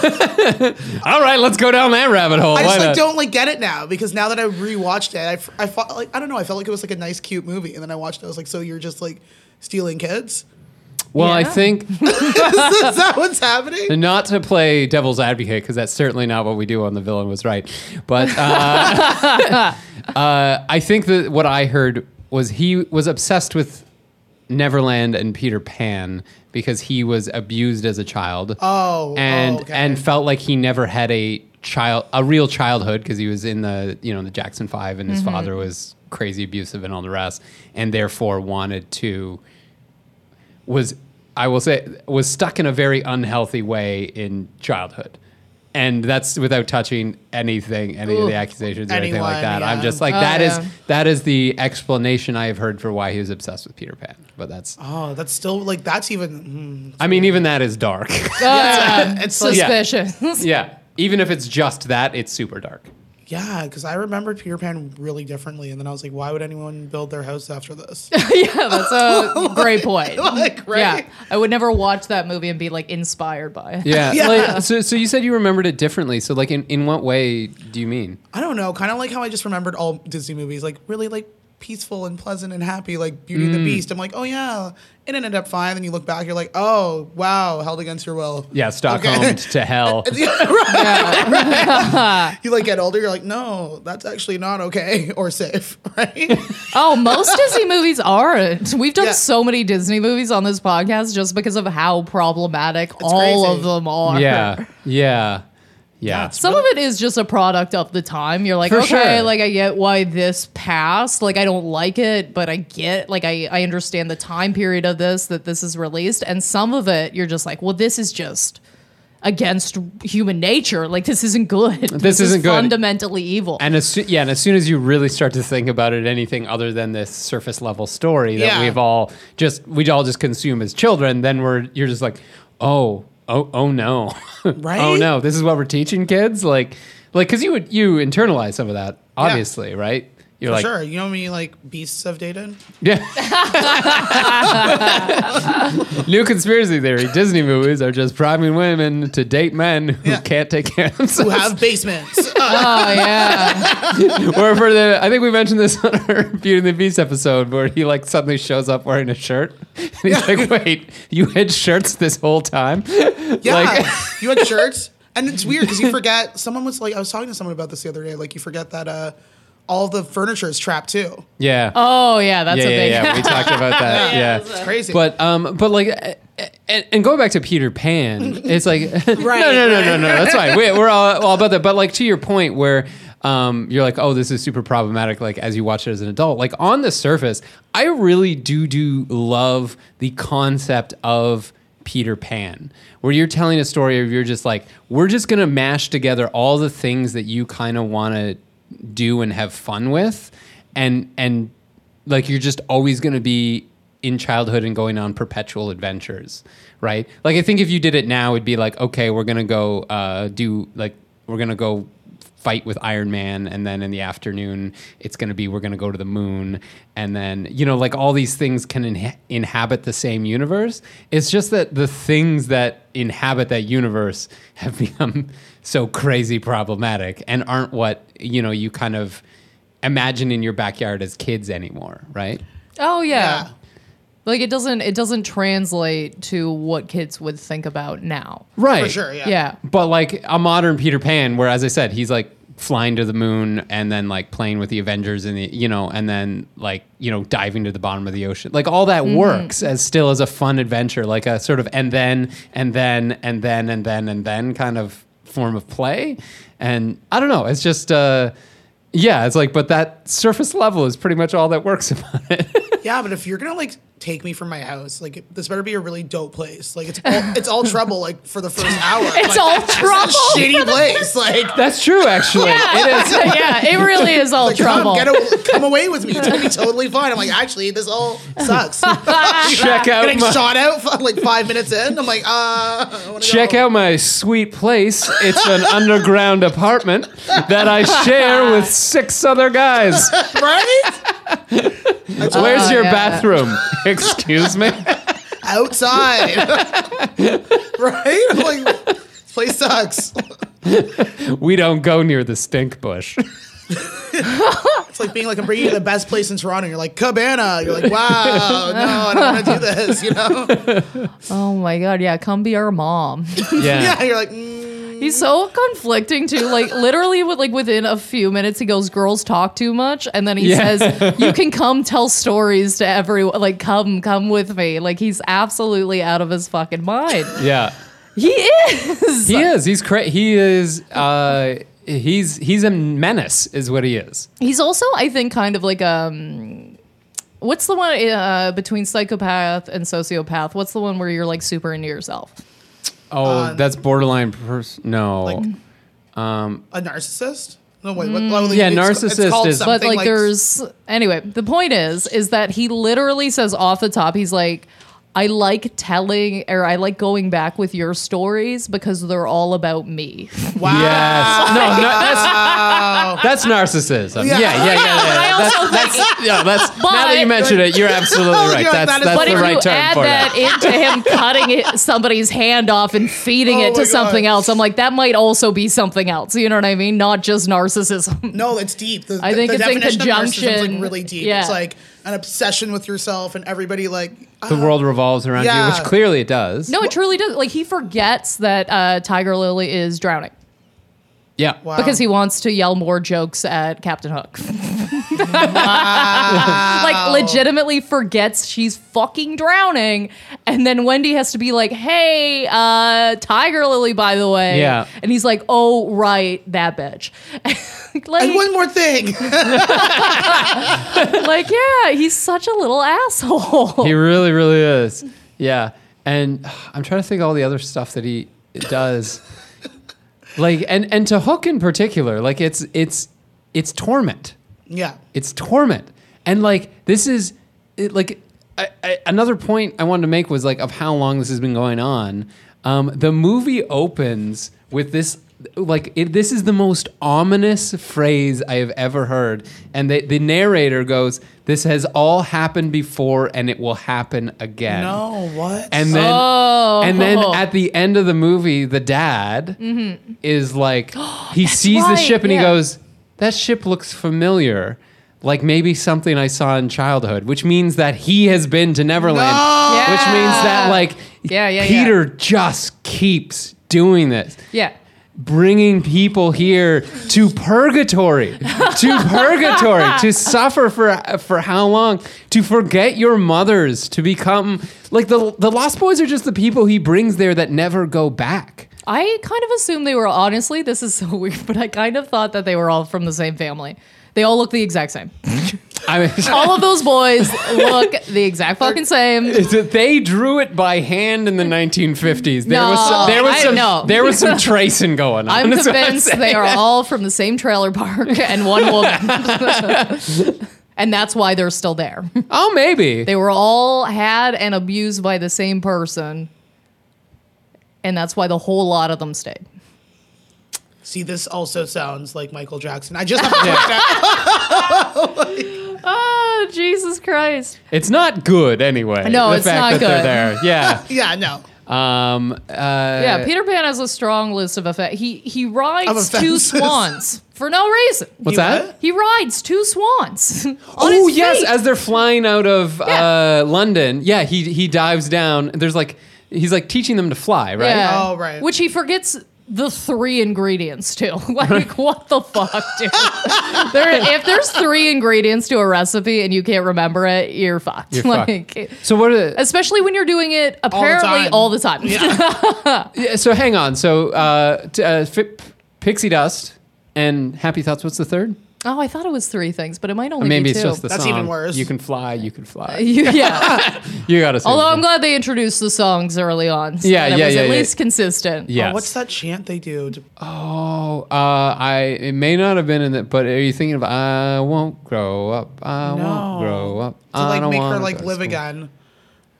[SPEAKER 2] all right, let's go down that rabbit hole. Why
[SPEAKER 3] I just like
[SPEAKER 2] not?
[SPEAKER 3] don't like get it now because now that I rewatched it, I, f- I felt like I don't know. I felt like it was like a nice, cute movie, and then I watched it. I was like, so you're just like stealing kids?
[SPEAKER 2] well, I
[SPEAKER 1] Yeah.
[SPEAKER 2] think
[SPEAKER 3] is that what's happening?
[SPEAKER 2] not to play devil's advocate because that's certainly not what we do on the villain was right but uh, uh, i think that what i heard was he was obsessed with neverland and peter pan because he was abused as a child
[SPEAKER 3] Oh,
[SPEAKER 2] and
[SPEAKER 3] oh, okay.
[SPEAKER 2] and felt like he never had a child a real childhood because he was in the you know the jackson five and his father was crazy abusive and all the rest and therefore wanted to was I will say was stuck in a very unhealthy way in childhood. And that's without touching anything, any of
[SPEAKER 1] Ooh.
[SPEAKER 2] the accusations or anything
[SPEAKER 3] Anyone,
[SPEAKER 2] like that. I'm
[SPEAKER 3] yeah.
[SPEAKER 2] just like
[SPEAKER 1] Oh,
[SPEAKER 2] that is
[SPEAKER 1] yeah.
[SPEAKER 2] that is the explanation I have heard for why he was obsessed with Peter Pan. But that's
[SPEAKER 3] Oh, that's still like that's even. hmm,
[SPEAKER 2] I mean, even that is dark.
[SPEAKER 3] Mm, it's like
[SPEAKER 2] yeah.
[SPEAKER 1] uh, suspicious.
[SPEAKER 2] yeah. Even if it's just that, it's super dark.
[SPEAKER 3] yeah, because I remembered Peter Pan really differently, and then I was like, why would anyone build their house after this?
[SPEAKER 1] yeah, that's a great point.
[SPEAKER 3] like, right?
[SPEAKER 1] Yeah, I would never watch that movie and be like inspired by it.
[SPEAKER 2] Yeah.
[SPEAKER 3] Yeah.
[SPEAKER 2] like, so so you said you remembered it differently. So like in, in what way do you mean?
[SPEAKER 3] I don't know. Kind of like how I just remembered all Disney movies, like really like peaceful and pleasant and happy, like
[SPEAKER 2] Mm.
[SPEAKER 3] Beauty and the Beast. I'm like, oh yeah, it ended up fine. Then you look back, you're like, oh wow, held against your will.
[SPEAKER 2] Yeah, Stockholm
[SPEAKER 3] Okay.
[SPEAKER 2] to hell.
[SPEAKER 3] Yeah, right. You like get older, you're like, no, that's actually not okay or safe, right?
[SPEAKER 1] Oh, most Disney movies aren't. We've done
[SPEAKER 3] Yeah.
[SPEAKER 1] so many Disney movies on this podcast just because of how problematic all
[SPEAKER 3] crazy.
[SPEAKER 1] of them are.
[SPEAKER 2] Yeah. Yeah. Yeah.
[SPEAKER 1] Some of it is just a product of the time. You're like,
[SPEAKER 2] For
[SPEAKER 1] okay,
[SPEAKER 2] sure.
[SPEAKER 1] like I get why this passed. Like I don't like it, but I get like I, I understand the time period of this that this is released. And some of it you're just like, well, this is just against human nature. Like this isn't good. This,
[SPEAKER 2] isn't
[SPEAKER 1] is
[SPEAKER 2] good.
[SPEAKER 1] fundamentally evil.
[SPEAKER 2] And as soo- yeah, and as soon as you really start to think about it, anything other than this surface level story that
[SPEAKER 3] Yeah.
[SPEAKER 2] we've all just we all just consume as children, then we're you're just like, oh, oh, oh no,
[SPEAKER 3] Right?
[SPEAKER 2] oh no, this is what we're teaching kids, like, like because you would you internalize some of that, obviously, right? You're like,
[SPEAKER 3] sure. You know what I mean? Like beasts have dated.
[SPEAKER 2] yeah. New conspiracy theory: Disney movies are just priming women to date men who
[SPEAKER 3] Yeah.
[SPEAKER 2] can't take care of
[SPEAKER 3] Who
[SPEAKER 2] themselves.
[SPEAKER 3] have basements. Uh,
[SPEAKER 1] oh yeah.
[SPEAKER 2] or for the I think we mentioned this on our Beauty and the Beast episode where he like suddenly shows up wearing a shirt. And he's like, Wait, you had shirts this whole time?
[SPEAKER 3] yeah.
[SPEAKER 2] Like
[SPEAKER 3] you had shirts. And it's weird because you forget someone was like I was talking to someone about this the other day, like you forget that uh all the furniture is trapped too.
[SPEAKER 2] Yeah.
[SPEAKER 1] Oh yeah, that's
[SPEAKER 2] yeah,
[SPEAKER 1] a
[SPEAKER 2] yeah,
[SPEAKER 1] big
[SPEAKER 2] yeah. We talked about that. yeah.
[SPEAKER 3] It's crazy.
[SPEAKER 2] But um but like a- a- and going back to Peter Pan, it's like no, no, no, no, no. That's fine. We, we're all, all about that. But like to your point, where um, you're like, oh, this is super problematic. Like as you watch it as an adult, like on the surface, I really do do love the concept of Peter Pan, where you're telling a story of you're just like, we're just gonna mash together all the things that you kind of want to do and have fun with, and and like you're just always gonna be in childhood and going on perpetual adventures, right? Like I think if you did it now, it'd be like, okay, we're gonna go uh, do like we're gonna go fight with Iron Man, and then in the afternoon it's gonna be we're gonna go to the moon, and then you know like all these things can inha- inhabit the same universe. It's just that the things that inhabit that universe have become so crazy problematic and aren't what you know you kind of imagine in your backyard as kids anymore, right?
[SPEAKER 1] Oh yeah.
[SPEAKER 3] Yeah.
[SPEAKER 1] Like it doesn't it doesn't translate to what kids would think about now.
[SPEAKER 2] Right.
[SPEAKER 3] For sure, yeah.
[SPEAKER 1] Yeah.
[SPEAKER 2] But like a modern Peter Pan, where as I said, he's like flying to the moon and then like playing with the Avengers and the you know, and then like, you know, diving to the bottom of the ocean. Like all that works as still as a fun adventure, like a sort of and then and then and then and then and then kind of form of play. And I don't know, it's just uh yeah, it's like, but that surface level is pretty much all that works about it.
[SPEAKER 3] Yeah, but if you're gonna like take me from my house, like this better be a really dope place. Like it's all, it's all trouble. Like for the first hour,
[SPEAKER 1] It's
[SPEAKER 3] Like,
[SPEAKER 1] all trouble.
[SPEAKER 3] It's a shitty place. Like
[SPEAKER 2] That's true, actually. It is.
[SPEAKER 1] yeah, it really is all
[SPEAKER 3] like,
[SPEAKER 1] trouble.
[SPEAKER 3] Come, get a, come away with me. It's gonna be totally fine. I'm like, actually, this all sucks.
[SPEAKER 2] Check out
[SPEAKER 3] Getting
[SPEAKER 2] my-
[SPEAKER 3] shot out f- like five minutes in. I'm like, uh, I wanna
[SPEAKER 2] Check
[SPEAKER 3] go.
[SPEAKER 2] out my sweet place. It's an underground apartment that I share with six other guys.
[SPEAKER 3] right
[SPEAKER 2] Where's your
[SPEAKER 1] yeah.
[SPEAKER 2] bathroom? Excuse me?
[SPEAKER 3] outside. right? I'm like, this place sucks.
[SPEAKER 2] We don't go near the stink bush.
[SPEAKER 3] It's like being like, I'm bringing you to the best place in Toronto. You're like, Cabana. You're like, wow, no, I don't want to do this, you know?
[SPEAKER 1] oh my god, yeah, come be our mom.
[SPEAKER 3] Yeah,
[SPEAKER 2] Yeah.
[SPEAKER 3] you're like, mm,
[SPEAKER 1] He's so conflicting too. Like literally with like within a few minutes he goes, Girls talk too much and then he
[SPEAKER 2] Yeah.
[SPEAKER 1] says, You can come tell stories to everyone like come, come with me. Like he's absolutely out of his fucking mind.
[SPEAKER 2] Yeah.
[SPEAKER 1] He is.
[SPEAKER 2] He is. He's cra- he is uh he's he's a menace is what he is.
[SPEAKER 1] He's also, I think, kind of like um, what's the one uh, between psychopath and sociopath? What's the one where you're like super into yourself?
[SPEAKER 2] Oh, that's borderline pers- no.
[SPEAKER 3] a narcissist? No, wait, what? well,
[SPEAKER 2] Yeah,
[SPEAKER 3] it's- it's
[SPEAKER 2] narcissist
[SPEAKER 3] called
[SPEAKER 2] is-
[SPEAKER 1] Mm. But
[SPEAKER 3] something
[SPEAKER 1] like, there's anyway. The point is, is that he literally says off the top, he's like. I like telling or I like going back with your stories because they're all about me.
[SPEAKER 3] wow.
[SPEAKER 2] Yes. No, no, that's that's narcissism. Yeah, yeah,
[SPEAKER 3] Yeah.
[SPEAKER 2] yeah. yeah,
[SPEAKER 1] I
[SPEAKER 2] yeah.
[SPEAKER 1] also
[SPEAKER 2] That's, that's, yeah, that's now that you
[SPEAKER 1] But-
[SPEAKER 2] mention it, you're absolutely
[SPEAKER 3] Oh,
[SPEAKER 2] right.
[SPEAKER 3] yeah,
[SPEAKER 2] That's
[SPEAKER 3] that is-
[SPEAKER 2] that's
[SPEAKER 3] But
[SPEAKER 1] But
[SPEAKER 2] the
[SPEAKER 1] if
[SPEAKER 2] right
[SPEAKER 1] you
[SPEAKER 2] term
[SPEAKER 1] add
[SPEAKER 2] for
[SPEAKER 1] that
[SPEAKER 2] that.
[SPEAKER 1] into him cutting it, somebody's hand off and feeding
[SPEAKER 3] Oh
[SPEAKER 1] it
[SPEAKER 3] my
[SPEAKER 1] to something
[SPEAKER 3] God.
[SPEAKER 1] else, I'm like, that might also be something else. You know what I mean? Not just narcissism.
[SPEAKER 3] No, it's deep. The,
[SPEAKER 1] I think
[SPEAKER 3] the
[SPEAKER 1] it's in
[SPEAKER 3] definition of narcissism is,
[SPEAKER 1] conjunction-
[SPEAKER 3] like really deep.
[SPEAKER 1] yeah.
[SPEAKER 3] It's like an obsession with yourself and everybody like ah,
[SPEAKER 2] the world revolves around you,
[SPEAKER 3] Yeah.
[SPEAKER 2] which clearly it does.
[SPEAKER 1] No, it truly does. Like he forgets that uh, Tiger Lily is drowning
[SPEAKER 2] Yeah.
[SPEAKER 3] wow.
[SPEAKER 1] because he wants to yell more jokes at Captain Hook. like legitimately forgets she's fucking drowning, and then Wendy has to be like, "Hey, uh, Tiger Lily, by the way."
[SPEAKER 2] Yeah.
[SPEAKER 1] and he's like, "Oh right, that bitch." like,
[SPEAKER 3] And one more thing.
[SPEAKER 1] like, yeah, he's such a little asshole.
[SPEAKER 2] He really, really is. Yeah. And I'm trying to think of all the other stuff that he does. like and and to Hook in particular, like it's it's it's torment.
[SPEAKER 3] yeah.
[SPEAKER 2] It's torment. And like this is it, like I, I, another point I wanted to make was like of how long this has been going on. Um, the movie opens with this like it, this is the most ominous phrase I have ever heard, and the, the narrator goes, "This has all happened before, and it will happen again."
[SPEAKER 3] No, what?
[SPEAKER 2] And then,
[SPEAKER 1] Oh. Mm-hmm.
[SPEAKER 2] and then at the end of the movie, the dad is like, he sees the
[SPEAKER 1] right,
[SPEAKER 2] ship and
[SPEAKER 1] yeah.
[SPEAKER 2] he goes, "That ship looks familiar, like maybe something I saw in childhood." Which means that he has been to Neverland,
[SPEAKER 3] No!
[SPEAKER 2] which means that
[SPEAKER 1] Yeah.
[SPEAKER 2] like
[SPEAKER 1] Yeah, yeah, yeah.
[SPEAKER 2] Peter just keeps doing this
[SPEAKER 1] yeah.
[SPEAKER 2] bringing people here to purgatory, to purgatory, to suffer for for how long, to forget your mothers, to become like the the Lost Boys are just the people he brings there that never go back.
[SPEAKER 1] I kind of assumed they were honestly, this is so weird, but I kind of thought that they were all from the same family. They all look the exact same.
[SPEAKER 2] I mean.
[SPEAKER 1] All of those boys look the exact fucking same.
[SPEAKER 2] it's that They drew it by hand in the 1950s. There was
[SPEAKER 1] No,
[SPEAKER 2] some, there was
[SPEAKER 1] I
[SPEAKER 2] some
[SPEAKER 1] know.
[SPEAKER 2] there was some tracing going on.
[SPEAKER 1] I'm
[SPEAKER 2] is what
[SPEAKER 1] convinced
[SPEAKER 2] saying.
[SPEAKER 1] they are all from the same trailer park and one woman. and that's why they're still there.
[SPEAKER 2] Oh, maybe.
[SPEAKER 1] They were all had and abused by the same person. And that's why the whole lot of them stayed.
[SPEAKER 3] See, this also sounds like Michael Jackson. I just have to point that.
[SPEAKER 1] Oh, Jesus Christ.
[SPEAKER 2] It's not good anyway.
[SPEAKER 1] No,
[SPEAKER 2] the
[SPEAKER 1] it's
[SPEAKER 2] fact
[SPEAKER 1] not
[SPEAKER 2] that
[SPEAKER 1] good.
[SPEAKER 2] They're there. Yeah.
[SPEAKER 3] Yeah, no.
[SPEAKER 2] Um, uh,
[SPEAKER 1] Yeah, Peter Pan has a strong list of effects. He he
[SPEAKER 3] Of
[SPEAKER 1] rides two
[SPEAKER 3] offenses.
[SPEAKER 1] swans for no reason.
[SPEAKER 2] What's
[SPEAKER 3] You
[SPEAKER 2] that?
[SPEAKER 3] what?
[SPEAKER 1] He rides two swans. on
[SPEAKER 2] Oh
[SPEAKER 1] his
[SPEAKER 2] yes,
[SPEAKER 1] feet.
[SPEAKER 2] as they're flying out of
[SPEAKER 1] Yeah.
[SPEAKER 2] uh, London. Yeah, he he dives down. There's like he's like teaching them to fly, right?
[SPEAKER 1] Yeah.
[SPEAKER 3] Oh, right.
[SPEAKER 1] Which he forgets the three ingredients too. like what the fuck, dude? there, if there's three ingredients to a recipe and you can't remember it, you're fucked.
[SPEAKER 2] You're fucked.
[SPEAKER 1] like.
[SPEAKER 2] So what? Are,
[SPEAKER 1] Especially when you're doing it
[SPEAKER 3] the
[SPEAKER 1] apparently
[SPEAKER 3] time.
[SPEAKER 1] all the time.
[SPEAKER 2] yeah, so hang on. So uh, t- uh, fi Pixie Dust and Happy Thoughts. What's the third?
[SPEAKER 1] oh, I thought it was three things, but it might only
[SPEAKER 2] Maybe
[SPEAKER 1] be
[SPEAKER 2] it's
[SPEAKER 1] two.
[SPEAKER 2] just the
[SPEAKER 3] That's
[SPEAKER 2] song.
[SPEAKER 3] even worse.
[SPEAKER 2] You can fly. You can fly.
[SPEAKER 1] yeah.
[SPEAKER 2] You gotta. Say
[SPEAKER 1] Uh, Although I'm glad they introduced the songs early on. So
[SPEAKER 2] Yeah,
[SPEAKER 1] that it
[SPEAKER 2] yeah,
[SPEAKER 1] was
[SPEAKER 2] yeah,
[SPEAKER 1] At
[SPEAKER 2] yeah.
[SPEAKER 1] least consistent.
[SPEAKER 2] Yes.
[SPEAKER 3] Oh, what's that chant they do? to-
[SPEAKER 2] Oh, uh, I it may not have been in that, but are you thinking of I won't grow up? I
[SPEAKER 3] No.
[SPEAKER 2] won't grow up.
[SPEAKER 3] To
[SPEAKER 2] I
[SPEAKER 3] like
[SPEAKER 2] don't
[SPEAKER 3] make her
[SPEAKER 2] wanna
[SPEAKER 3] like
[SPEAKER 2] go to
[SPEAKER 3] live
[SPEAKER 2] school."
[SPEAKER 3] again.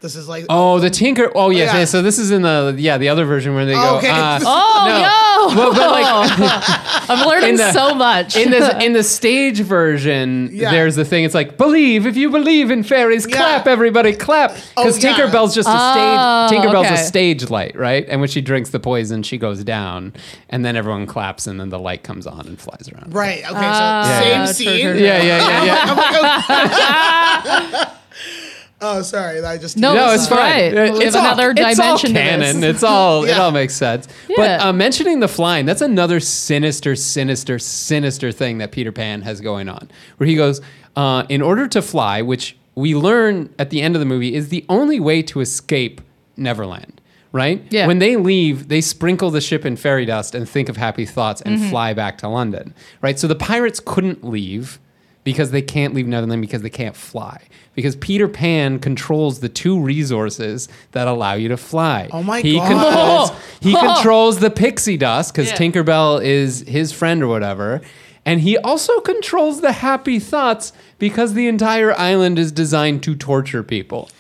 [SPEAKER 3] This is like
[SPEAKER 2] Oh, the Tinker. Oh, yes,
[SPEAKER 3] Yeah.
[SPEAKER 2] yes. So this is in the yeah the other version where they go.
[SPEAKER 3] Okay.
[SPEAKER 2] uh,
[SPEAKER 1] Oh
[SPEAKER 2] No.
[SPEAKER 1] no!
[SPEAKER 2] well, but like
[SPEAKER 1] I'm learning
[SPEAKER 2] in the-
[SPEAKER 1] so much.
[SPEAKER 2] in the in the stage version,
[SPEAKER 3] Yeah.
[SPEAKER 2] there's the thing. It's like believe if you believe in fairies,
[SPEAKER 3] Yeah.
[SPEAKER 2] clap everybody, clap. Because
[SPEAKER 3] Oh, yeah.
[SPEAKER 2] Tinkerbell's just a
[SPEAKER 1] Oh,
[SPEAKER 2] stage. Tinkerbell's
[SPEAKER 1] okay.
[SPEAKER 2] a stage light, right? And when she drinks the poison, she goes down, and then everyone claps, and then the light comes on and flies around.
[SPEAKER 3] right. Okay, so
[SPEAKER 1] Ah,
[SPEAKER 3] same
[SPEAKER 1] true,
[SPEAKER 3] scene.
[SPEAKER 1] true, true.
[SPEAKER 2] Yeah, yeah, yeah, yeah.
[SPEAKER 3] I'm like, oh. oh, sorry. I just
[SPEAKER 1] No,
[SPEAKER 2] No,
[SPEAKER 1] This
[SPEAKER 2] it's
[SPEAKER 1] is
[SPEAKER 2] fine.
[SPEAKER 1] right.
[SPEAKER 2] It-
[SPEAKER 1] We have
[SPEAKER 2] It's all-
[SPEAKER 1] another dimension to
[SPEAKER 2] It's all
[SPEAKER 1] this.
[SPEAKER 2] canon. It's all. It
[SPEAKER 3] Yeah.
[SPEAKER 2] all makes sense. But
[SPEAKER 1] Yeah.
[SPEAKER 2] uh, mentioning the flying, that's another sinister, sinister, sinister thing that Peter Pan has going on, where he goes, uh, in order to fly, which we learn at the end of the movie is the only way to escape Neverland. Right?
[SPEAKER 1] Yeah.
[SPEAKER 2] When they leave, they sprinkle the ship in fairy dust and think of happy thoughts and
[SPEAKER 3] Mm-hmm.
[SPEAKER 2] fly back to London. Right? So the pirates couldn't leave because they can't leave Neverland because they can't fly. Because Peter Pan controls the two resources that allow you to fly.
[SPEAKER 3] Oh my
[SPEAKER 2] he
[SPEAKER 3] God.
[SPEAKER 2] Controls, he
[SPEAKER 1] Oh.
[SPEAKER 2] controls the pixie dust because
[SPEAKER 1] Yeah.
[SPEAKER 2] Tinkerbell is his friend or whatever. And he also controls the happy thoughts because the entire island is designed to torture people.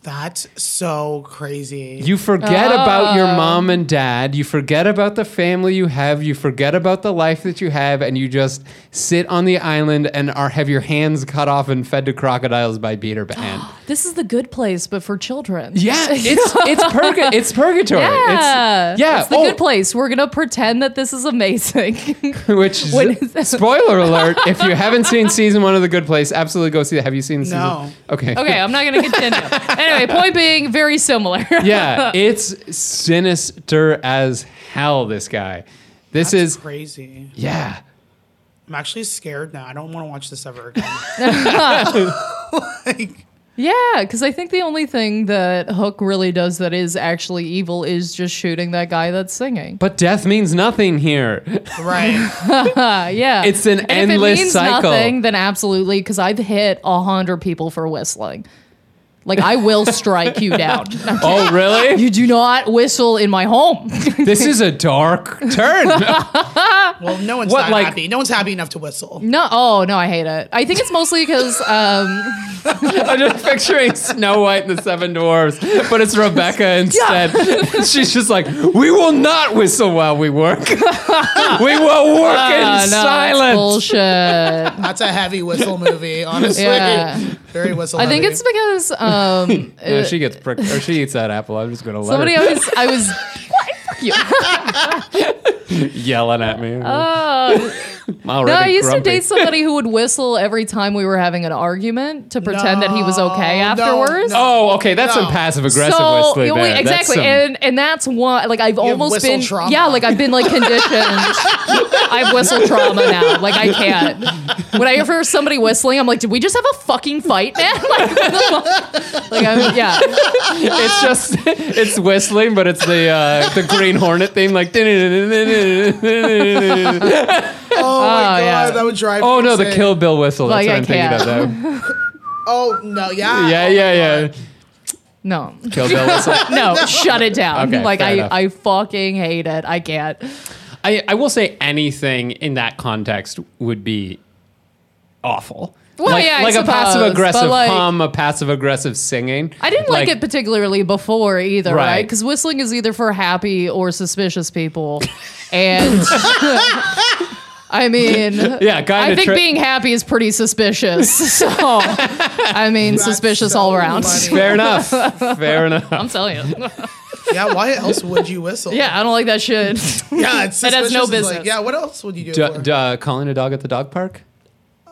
[SPEAKER 3] That's so crazy.
[SPEAKER 2] You forget about your
[SPEAKER 1] Oh.
[SPEAKER 2] mom and dad. You forget about the family you have. You forget about the life that you have, and you just sit on the island and are have your hands cut off and fed to crocodiles by Peter Pan.
[SPEAKER 1] this is the good place, but for children.
[SPEAKER 2] yeah, it's it's purga- it's purgatory.
[SPEAKER 1] Yeah,
[SPEAKER 2] It's, yeah,
[SPEAKER 1] It's the
[SPEAKER 2] oh,
[SPEAKER 1] good place. We're gonna pretend that this is amazing.
[SPEAKER 2] Which
[SPEAKER 1] When is-
[SPEAKER 2] spoiler alert? If you haven't seen season one of The Good Place, absolutely go see that. Have you seen season?
[SPEAKER 3] No.
[SPEAKER 2] Okay.
[SPEAKER 1] okay, I'm not gonna continue. anyway, point being, very similar.
[SPEAKER 2] yeah, it's sinister as hell. This guy. This
[SPEAKER 3] That's
[SPEAKER 2] is
[SPEAKER 3] crazy.
[SPEAKER 2] yeah.
[SPEAKER 3] I'm actually scared now. I don't want to watch this ever again. like,
[SPEAKER 1] Yeah, because I think the only thing that Hook really does that is actually evil is just shooting that guy that's singing.
[SPEAKER 2] But death means nothing here.
[SPEAKER 3] right.
[SPEAKER 1] Uh, yeah,
[SPEAKER 2] It's an
[SPEAKER 1] And
[SPEAKER 2] endless
[SPEAKER 1] if it means
[SPEAKER 2] cycle.
[SPEAKER 1] Nothing, then absolutely, because I've hit a hundred people for whistling. Like I will strike you down.
[SPEAKER 2] Oh, really?
[SPEAKER 1] You do not whistle in my home.
[SPEAKER 2] This is a dark turn.
[SPEAKER 3] Well, no one's
[SPEAKER 2] What,
[SPEAKER 3] not
[SPEAKER 2] like-
[SPEAKER 3] happy. No one's happy enough to whistle.
[SPEAKER 1] no, oh no, I hate it. I think it's mostly because um,
[SPEAKER 2] I'm just picturing Snow White and the Seven Dwarfs, but it's Rebecca instead. She's just like, we will not whistle while we work. we will work in
[SPEAKER 1] uh, no, it's
[SPEAKER 2] silence.
[SPEAKER 1] bullshit.
[SPEAKER 3] That's a heavy whistle movie, honestly.
[SPEAKER 1] Yeah.
[SPEAKER 3] Very whistle.
[SPEAKER 1] I think it's because um,
[SPEAKER 2] Yeah, she gets pricked, or she eats that apple. I'm just gonna let
[SPEAKER 1] somebody
[SPEAKER 2] her
[SPEAKER 1] always I was
[SPEAKER 2] yelling at me.
[SPEAKER 1] uh,
[SPEAKER 2] I'm already
[SPEAKER 1] no, I used
[SPEAKER 2] grumpy.
[SPEAKER 1] to date somebody who would whistle every time we were having an argument to pretend that he was okay
[SPEAKER 3] No, no,
[SPEAKER 1] afterwards.
[SPEAKER 3] no.
[SPEAKER 2] Oh, okay, that's
[SPEAKER 3] No.
[SPEAKER 2] some passive aggressive
[SPEAKER 1] yeah,
[SPEAKER 2] whistling.
[SPEAKER 1] we-
[SPEAKER 2] there. That's
[SPEAKER 1] exactly,
[SPEAKER 2] some-
[SPEAKER 1] and and that's why like I've
[SPEAKER 3] have
[SPEAKER 1] almost
[SPEAKER 3] whistle
[SPEAKER 1] been
[SPEAKER 3] trauma.
[SPEAKER 1] yeah, like I've been like conditioned. I've whistle trauma now. Like I can't. When I hear somebody whistling, I'm like, did we just have a fucking fight, man? Like, what the fuck? like I'm, yeah,
[SPEAKER 2] it's
[SPEAKER 1] uh,
[SPEAKER 2] just it's whistling, but it's the uh, the Green Hornet theme, like.
[SPEAKER 3] Oh, my
[SPEAKER 1] Oh,
[SPEAKER 3] god,
[SPEAKER 1] yeah.
[SPEAKER 3] that would drive.
[SPEAKER 2] Oh
[SPEAKER 3] me
[SPEAKER 2] no, the
[SPEAKER 3] insane.
[SPEAKER 2] Kill Bill whistle.
[SPEAKER 1] Like,
[SPEAKER 2] That's what
[SPEAKER 1] I
[SPEAKER 2] I'm thinking of. Though.
[SPEAKER 3] Oh no, yeah.
[SPEAKER 2] Yeah,
[SPEAKER 3] Oh,
[SPEAKER 2] yeah, yeah.
[SPEAKER 1] no.
[SPEAKER 2] Kill Bill whistle.
[SPEAKER 1] No, shut it down.
[SPEAKER 2] Okay,
[SPEAKER 1] like
[SPEAKER 2] fair
[SPEAKER 1] I,
[SPEAKER 2] enough.
[SPEAKER 1] I fucking hate it. I can't.
[SPEAKER 2] I, I will say anything in that context would be awful.
[SPEAKER 1] Well,
[SPEAKER 2] like,
[SPEAKER 1] yeah, I
[SPEAKER 2] like a
[SPEAKER 1] suppose,
[SPEAKER 2] passive aggressive
[SPEAKER 1] but, like-
[SPEAKER 2] hum, a passive aggressive singing.
[SPEAKER 1] I didn't like, it particularly before either,
[SPEAKER 2] Right.
[SPEAKER 1] right? Because whistling is either for happy or suspicious people, and I mean,
[SPEAKER 2] Yeah, kind
[SPEAKER 1] I
[SPEAKER 2] of.
[SPEAKER 1] think being happy is pretty suspicious. So, I mean, suspicious
[SPEAKER 3] so
[SPEAKER 1] all around.
[SPEAKER 3] funny.
[SPEAKER 2] fair enough. Fair enough.
[SPEAKER 1] I'm telling you,
[SPEAKER 3] yeah, why else would you whistle?
[SPEAKER 1] yeah, I don't like that shit.
[SPEAKER 3] yeah, it's
[SPEAKER 1] It has no
[SPEAKER 3] suspicious. It's
[SPEAKER 1] business.
[SPEAKER 3] Like, yeah, what else would you do?
[SPEAKER 2] D-
[SPEAKER 3] for?
[SPEAKER 2] d- uh, calling a dog at the dog park.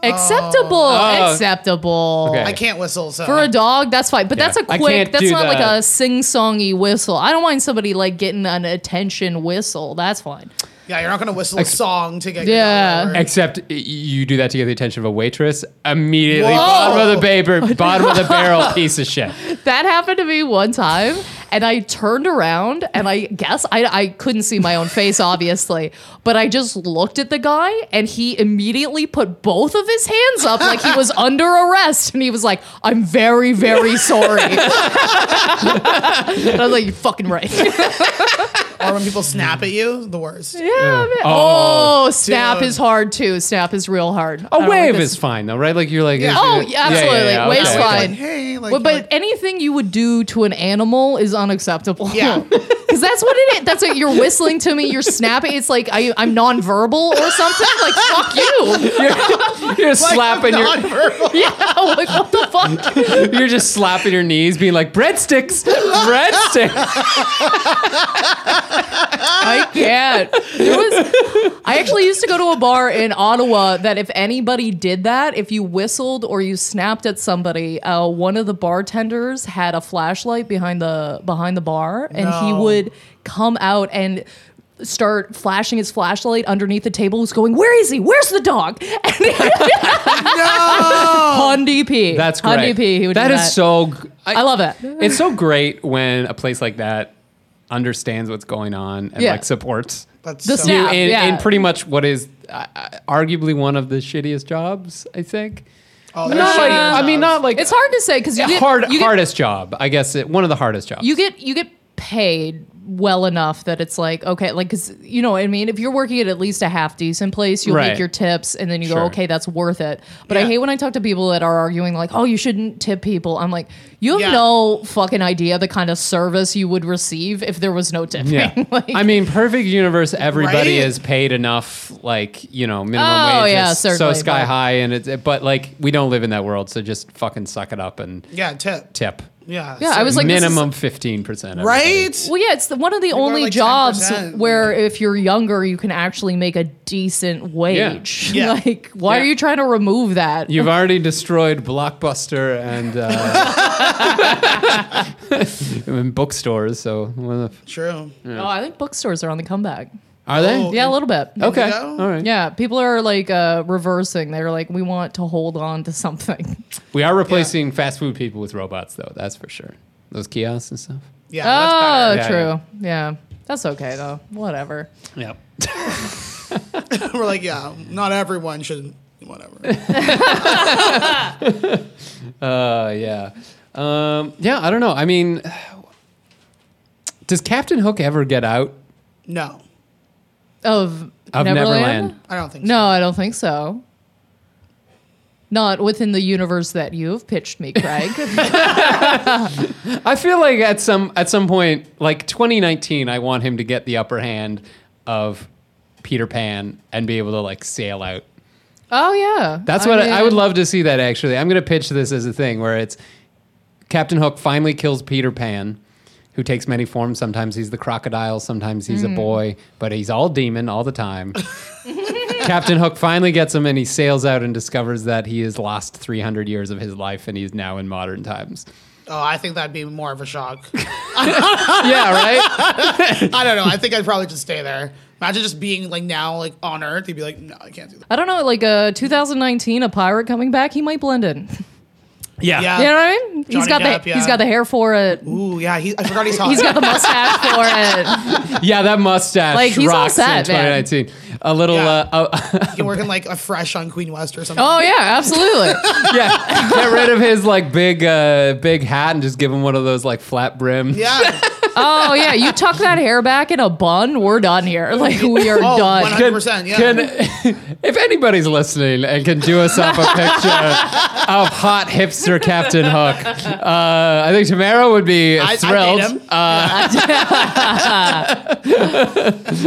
[SPEAKER 1] acceptable,
[SPEAKER 2] Oh.
[SPEAKER 1] acceptable.
[SPEAKER 2] Okay.
[SPEAKER 3] I can't whistle, so
[SPEAKER 1] For a dog, that's fine, but that's a
[SPEAKER 2] Yeah. I
[SPEAKER 1] quick.
[SPEAKER 2] can't
[SPEAKER 1] That's
[SPEAKER 2] do
[SPEAKER 1] not like
[SPEAKER 2] that.
[SPEAKER 1] a sing-songy whistle. I don't mind somebody like getting an attention whistle. That's fine.
[SPEAKER 3] yeah, you're not gonna whistle a song to get
[SPEAKER 1] Yeah.
[SPEAKER 3] Your dollar.
[SPEAKER 2] Except y- you do that to get the attention of a waitress. Immediately,
[SPEAKER 3] Whoa.
[SPEAKER 2] bottom of the paper, bottom of the barrel, piece of shit.
[SPEAKER 1] That happened to me one time, and I turned around, and I guess I, I couldn't see my own face, obviously, but I just looked at the guy, and he immediately put both of his hands up like he was under arrest, and he was like, "I'm very, very sorry." and I was like, "You're fucking right." yeah,
[SPEAKER 3] or when people snap at you, the worst.
[SPEAKER 1] man.
[SPEAKER 2] Oh,
[SPEAKER 1] Oh, snap
[SPEAKER 3] dude.
[SPEAKER 1] is hard too. Snap is real hard. I
[SPEAKER 2] A
[SPEAKER 1] don't
[SPEAKER 2] wave
[SPEAKER 1] like this-
[SPEAKER 2] is fine though, right? Like you're like,
[SPEAKER 3] Yeah.
[SPEAKER 2] if
[SPEAKER 1] Oh,
[SPEAKER 2] you-
[SPEAKER 1] yeah, absolutely. Wave's
[SPEAKER 2] okay.
[SPEAKER 1] fine.
[SPEAKER 3] Like, hey, like,
[SPEAKER 1] Well, but
[SPEAKER 3] like-
[SPEAKER 1] anything you would do to an animal is unacceptable.
[SPEAKER 3] Yeah.
[SPEAKER 1] Because that's what it is. That's what you're whistling to me. You're snapping. It's like I, I'm nonverbal or something. Like, fuck you.
[SPEAKER 2] You're slapping your,
[SPEAKER 3] nonverbal.
[SPEAKER 1] Yeah. Like, what the fuck?
[SPEAKER 2] you're just slapping your knees, being like breadsticks, breadsticks.
[SPEAKER 1] I can't. There was, I actually used to go to a bar in Ottawa that if anybody did that, if you whistled or you snapped at somebody, uh, one of the bartenders had a flashlight behind the behind the bar, and he
[SPEAKER 3] No.
[SPEAKER 1] would come out and start flashing his flashlight underneath the tables going where is he where's the dog
[SPEAKER 3] no.
[SPEAKER 1] on dp
[SPEAKER 2] Oh, That's
[SPEAKER 1] on
[SPEAKER 2] great.
[SPEAKER 1] dp he would
[SPEAKER 2] That
[SPEAKER 1] do
[SPEAKER 2] is
[SPEAKER 1] that.
[SPEAKER 2] so. g-
[SPEAKER 1] i love it
[SPEAKER 2] It's so great when a place like that understands what's going on and
[SPEAKER 1] Yeah.
[SPEAKER 2] like supports
[SPEAKER 3] That's
[SPEAKER 1] The
[SPEAKER 3] so-
[SPEAKER 1] snap.
[SPEAKER 2] you in,
[SPEAKER 1] yeah.
[SPEAKER 2] in pretty much what is uh, uh, arguably one of the shittiest jobs. I think.
[SPEAKER 3] Oh,
[SPEAKER 2] Not
[SPEAKER 3] that's
[SPEAKER 2] like,
[SPEAKER 3] shitty.
[SPEAKER 2] I mean, not like
[SPEAKER 1] it's hard to say because you get,
[SPEAKER 2] hard
[SPEAKER 1] you get
[SPEAKER 2] hardest job. I guess it, one of the hardest jobs.
[SPEAKER 1] you get you get paid well enough that it's like okay like because you know what i mean if you're working at at least a half decent place you'll
[SPEAKER 2] Right.
[SPEAKER 1] make your tips and then you
[SPEAKER 2] Sure.
[SPEAKER 1] go okay that's worth it but i
[SPEAKER 3] Yeah.
[SPEAKER 1] hate when i talk to people that are arguing like oh you shouldn't tip people i'm like you have
[SPEAKER 3] Yeah.
[SPEAKER 1] no fucking idea the kind of service you would receive if there was no tipping
[SPEAKER 2] yeah,
[SPEAKER 1] like,
[SPEAKER 2] I mean, perfect universe. Everybody
[SPEAKER 3] Right?
[SPEAKER 2] is paid enough, like you know, minimum
[SPEAKER 1] Oh,
[SPEAKER 2] wage
[SPEAKER 1] yeah,
[SPEAKER 2] is so
[SPEAKER 1] certainly,
[SPEAKER 2] sky
[SPEAKER 1] but-
[SPEAKER 2] high, and it's but like we don't live in that world, so just fucking suck it up and
[SPEAKER 3] yeah, tip.
[SPEAKER 2] tip.
[SPEAKER 3] Yeah.
[SPEAKER 1] Yeah, I was like, this is-
[SPEAKER 2] minimum fifteen percent.
[SPEAKER 3] right.
[SPEAKER 1] Well, yeah, it's the, one of the
[SPEAKER 3] are
[SPEAKER 1] only
[SPEAKER 3] like
[SPEAKER 1] jobs
[SPEAKER 3] 10%.
[SPEAKER 1] where if you're younger, you can actually make a decent wage.
[SPEAKER 3] Yeah.
[SPEAKER 1] like, why
[SPEAKER 2] Yeah.
[SPEAKER 1] are you trying to remove that?
[SPEAKER 2] You've already destroyed Blockbuster and, uh, and bookstores. So what the f-
[SPEAKER 3] True.
[SPEAKER 1] Oh, I think bookstores are on the comeback.
[SPEAKER 2] are they?
[SPEAKER 3] Oh,
[SPEAKER 1] Yeah, a little bit.
[SPEAKER 2] Okay.
[SPEAKER 3] go.
[SPEAKER 2] All right.
[SPEAKER 1] Yeah, people are like uh, reversing. They're like, we want to hold on to something. Oh,
[SPEAKER 2] We are replacing fast food people with robots, though. That's for sure. Those kiosks and stuff.
[SPEAKER 3] Yeah.
[SPEAKER 1] oh,
[SPEAKER 2] Yeah,
[SPEAKER 1] true. Yeah. that's okay though. Whatever.
[SPEAKER 2] Yep.
[SPEAKER 1] Oh.
[SPEAKER 3] That's better. We're like, yeah, not everyone should. Whatever.
[SPEAKER 2] Uh, yeah. Um, yeah. I don't know. I mean, does Captain Hook ever get out
[SPEAKER 3] No,
[SPEAKER 1] Of,
[SPEAKER 2] of Neverland?
[SPEAKER 1] Neverland.
[SPEAKER 3] I don't think.
[SPEAKER 1] No, I don't think so. Not within the universe that you've pitched me, Craig.
[SPEAKER 2] I feel like at some at some point, like 2019, I want him to get the upper hand of Peter Pan and be able to like sail out.
[SPEAKER 1] oh yeah,
[SPEAKER 2] That's what I, I would
[SPEAKER 1] mean,
[SPEAKER 2] love to see. That actually, I'm going to pitch this as a thing where it's Captain Hook finally kills Peter Pan, who takes many forms. Sometimes he's the crocodile, sometimes he's a
[SPEAKER 1] Mm-hmm.
[SPEAKER 2] boy, but he's all demon all the time. Captain Hook finally gets him, and he sails out and discovers that he has lost 300 years of his life, and he's now in modern times.
[SPEAKER 3] So. Oh, I think that'd be more of a shock.
[SPEAKER 2] yeah, right.
[SPEAKER 3] I don't know. I think I'd probably just stay there. Imagine just being like now, like on Earth, you'd be like, no, I can't do that.
[SPEAKER 1] I don't know, like uh, 2019, a pirate coming back. He might blend in.
[SPEAKER 3] Yeah.
[SPEAKER 1] You know what I mean? he's
[SPEAKER 3] Johnny
[SPEAKER 1] got
[SPEAKER 3] Depp,
[SPEAKER 1] the
[SPEAKER 3] yeah.
[SPEAKER 1] he's got the hair for it.
[SPEAKER 3] Ooh, yeah. He, I forgot he's hot.
[SPEAKER 1] He's got the mustache for it.
[SPEAKER 2] Yeah, that mustache
[SPEAKER 1] Like, he's all
[SPEAKER 2] rocks in
[SPEAKER 1] set, man.
[SPEAKER 2] 2019. A little,
[SPEAKER 3] Yeah.
[SPEAKER 2] uh, uh,
[SPEAKER 3] He can work in like a fresh on Queen West or something.
[SPEAKER 1] Oh yeah, absolutely.
[SPEAKER 2] yeah. Get rid of his like big, uh, big hat and just give him one of those like flat brim.
[SPEAKER 3] Yeah.
[SPEAKER 1] Oh yeah, you tuck that hair back in a bun. We're done here. Like we are
[SPEAKER 3] Oh,
[SPEAKER 1] done.
[SPEAKER 3] 100 percent yeah.
[SPEAKER 2] Can, if anybody's listening and can do us up a picture of hot hipster Captain Hook, uh, I think Tamara would be
[SPEAKER 3] I- I'd date
[SPEAKER 2] thrilled. Uh,
[SPEAKER 3] him.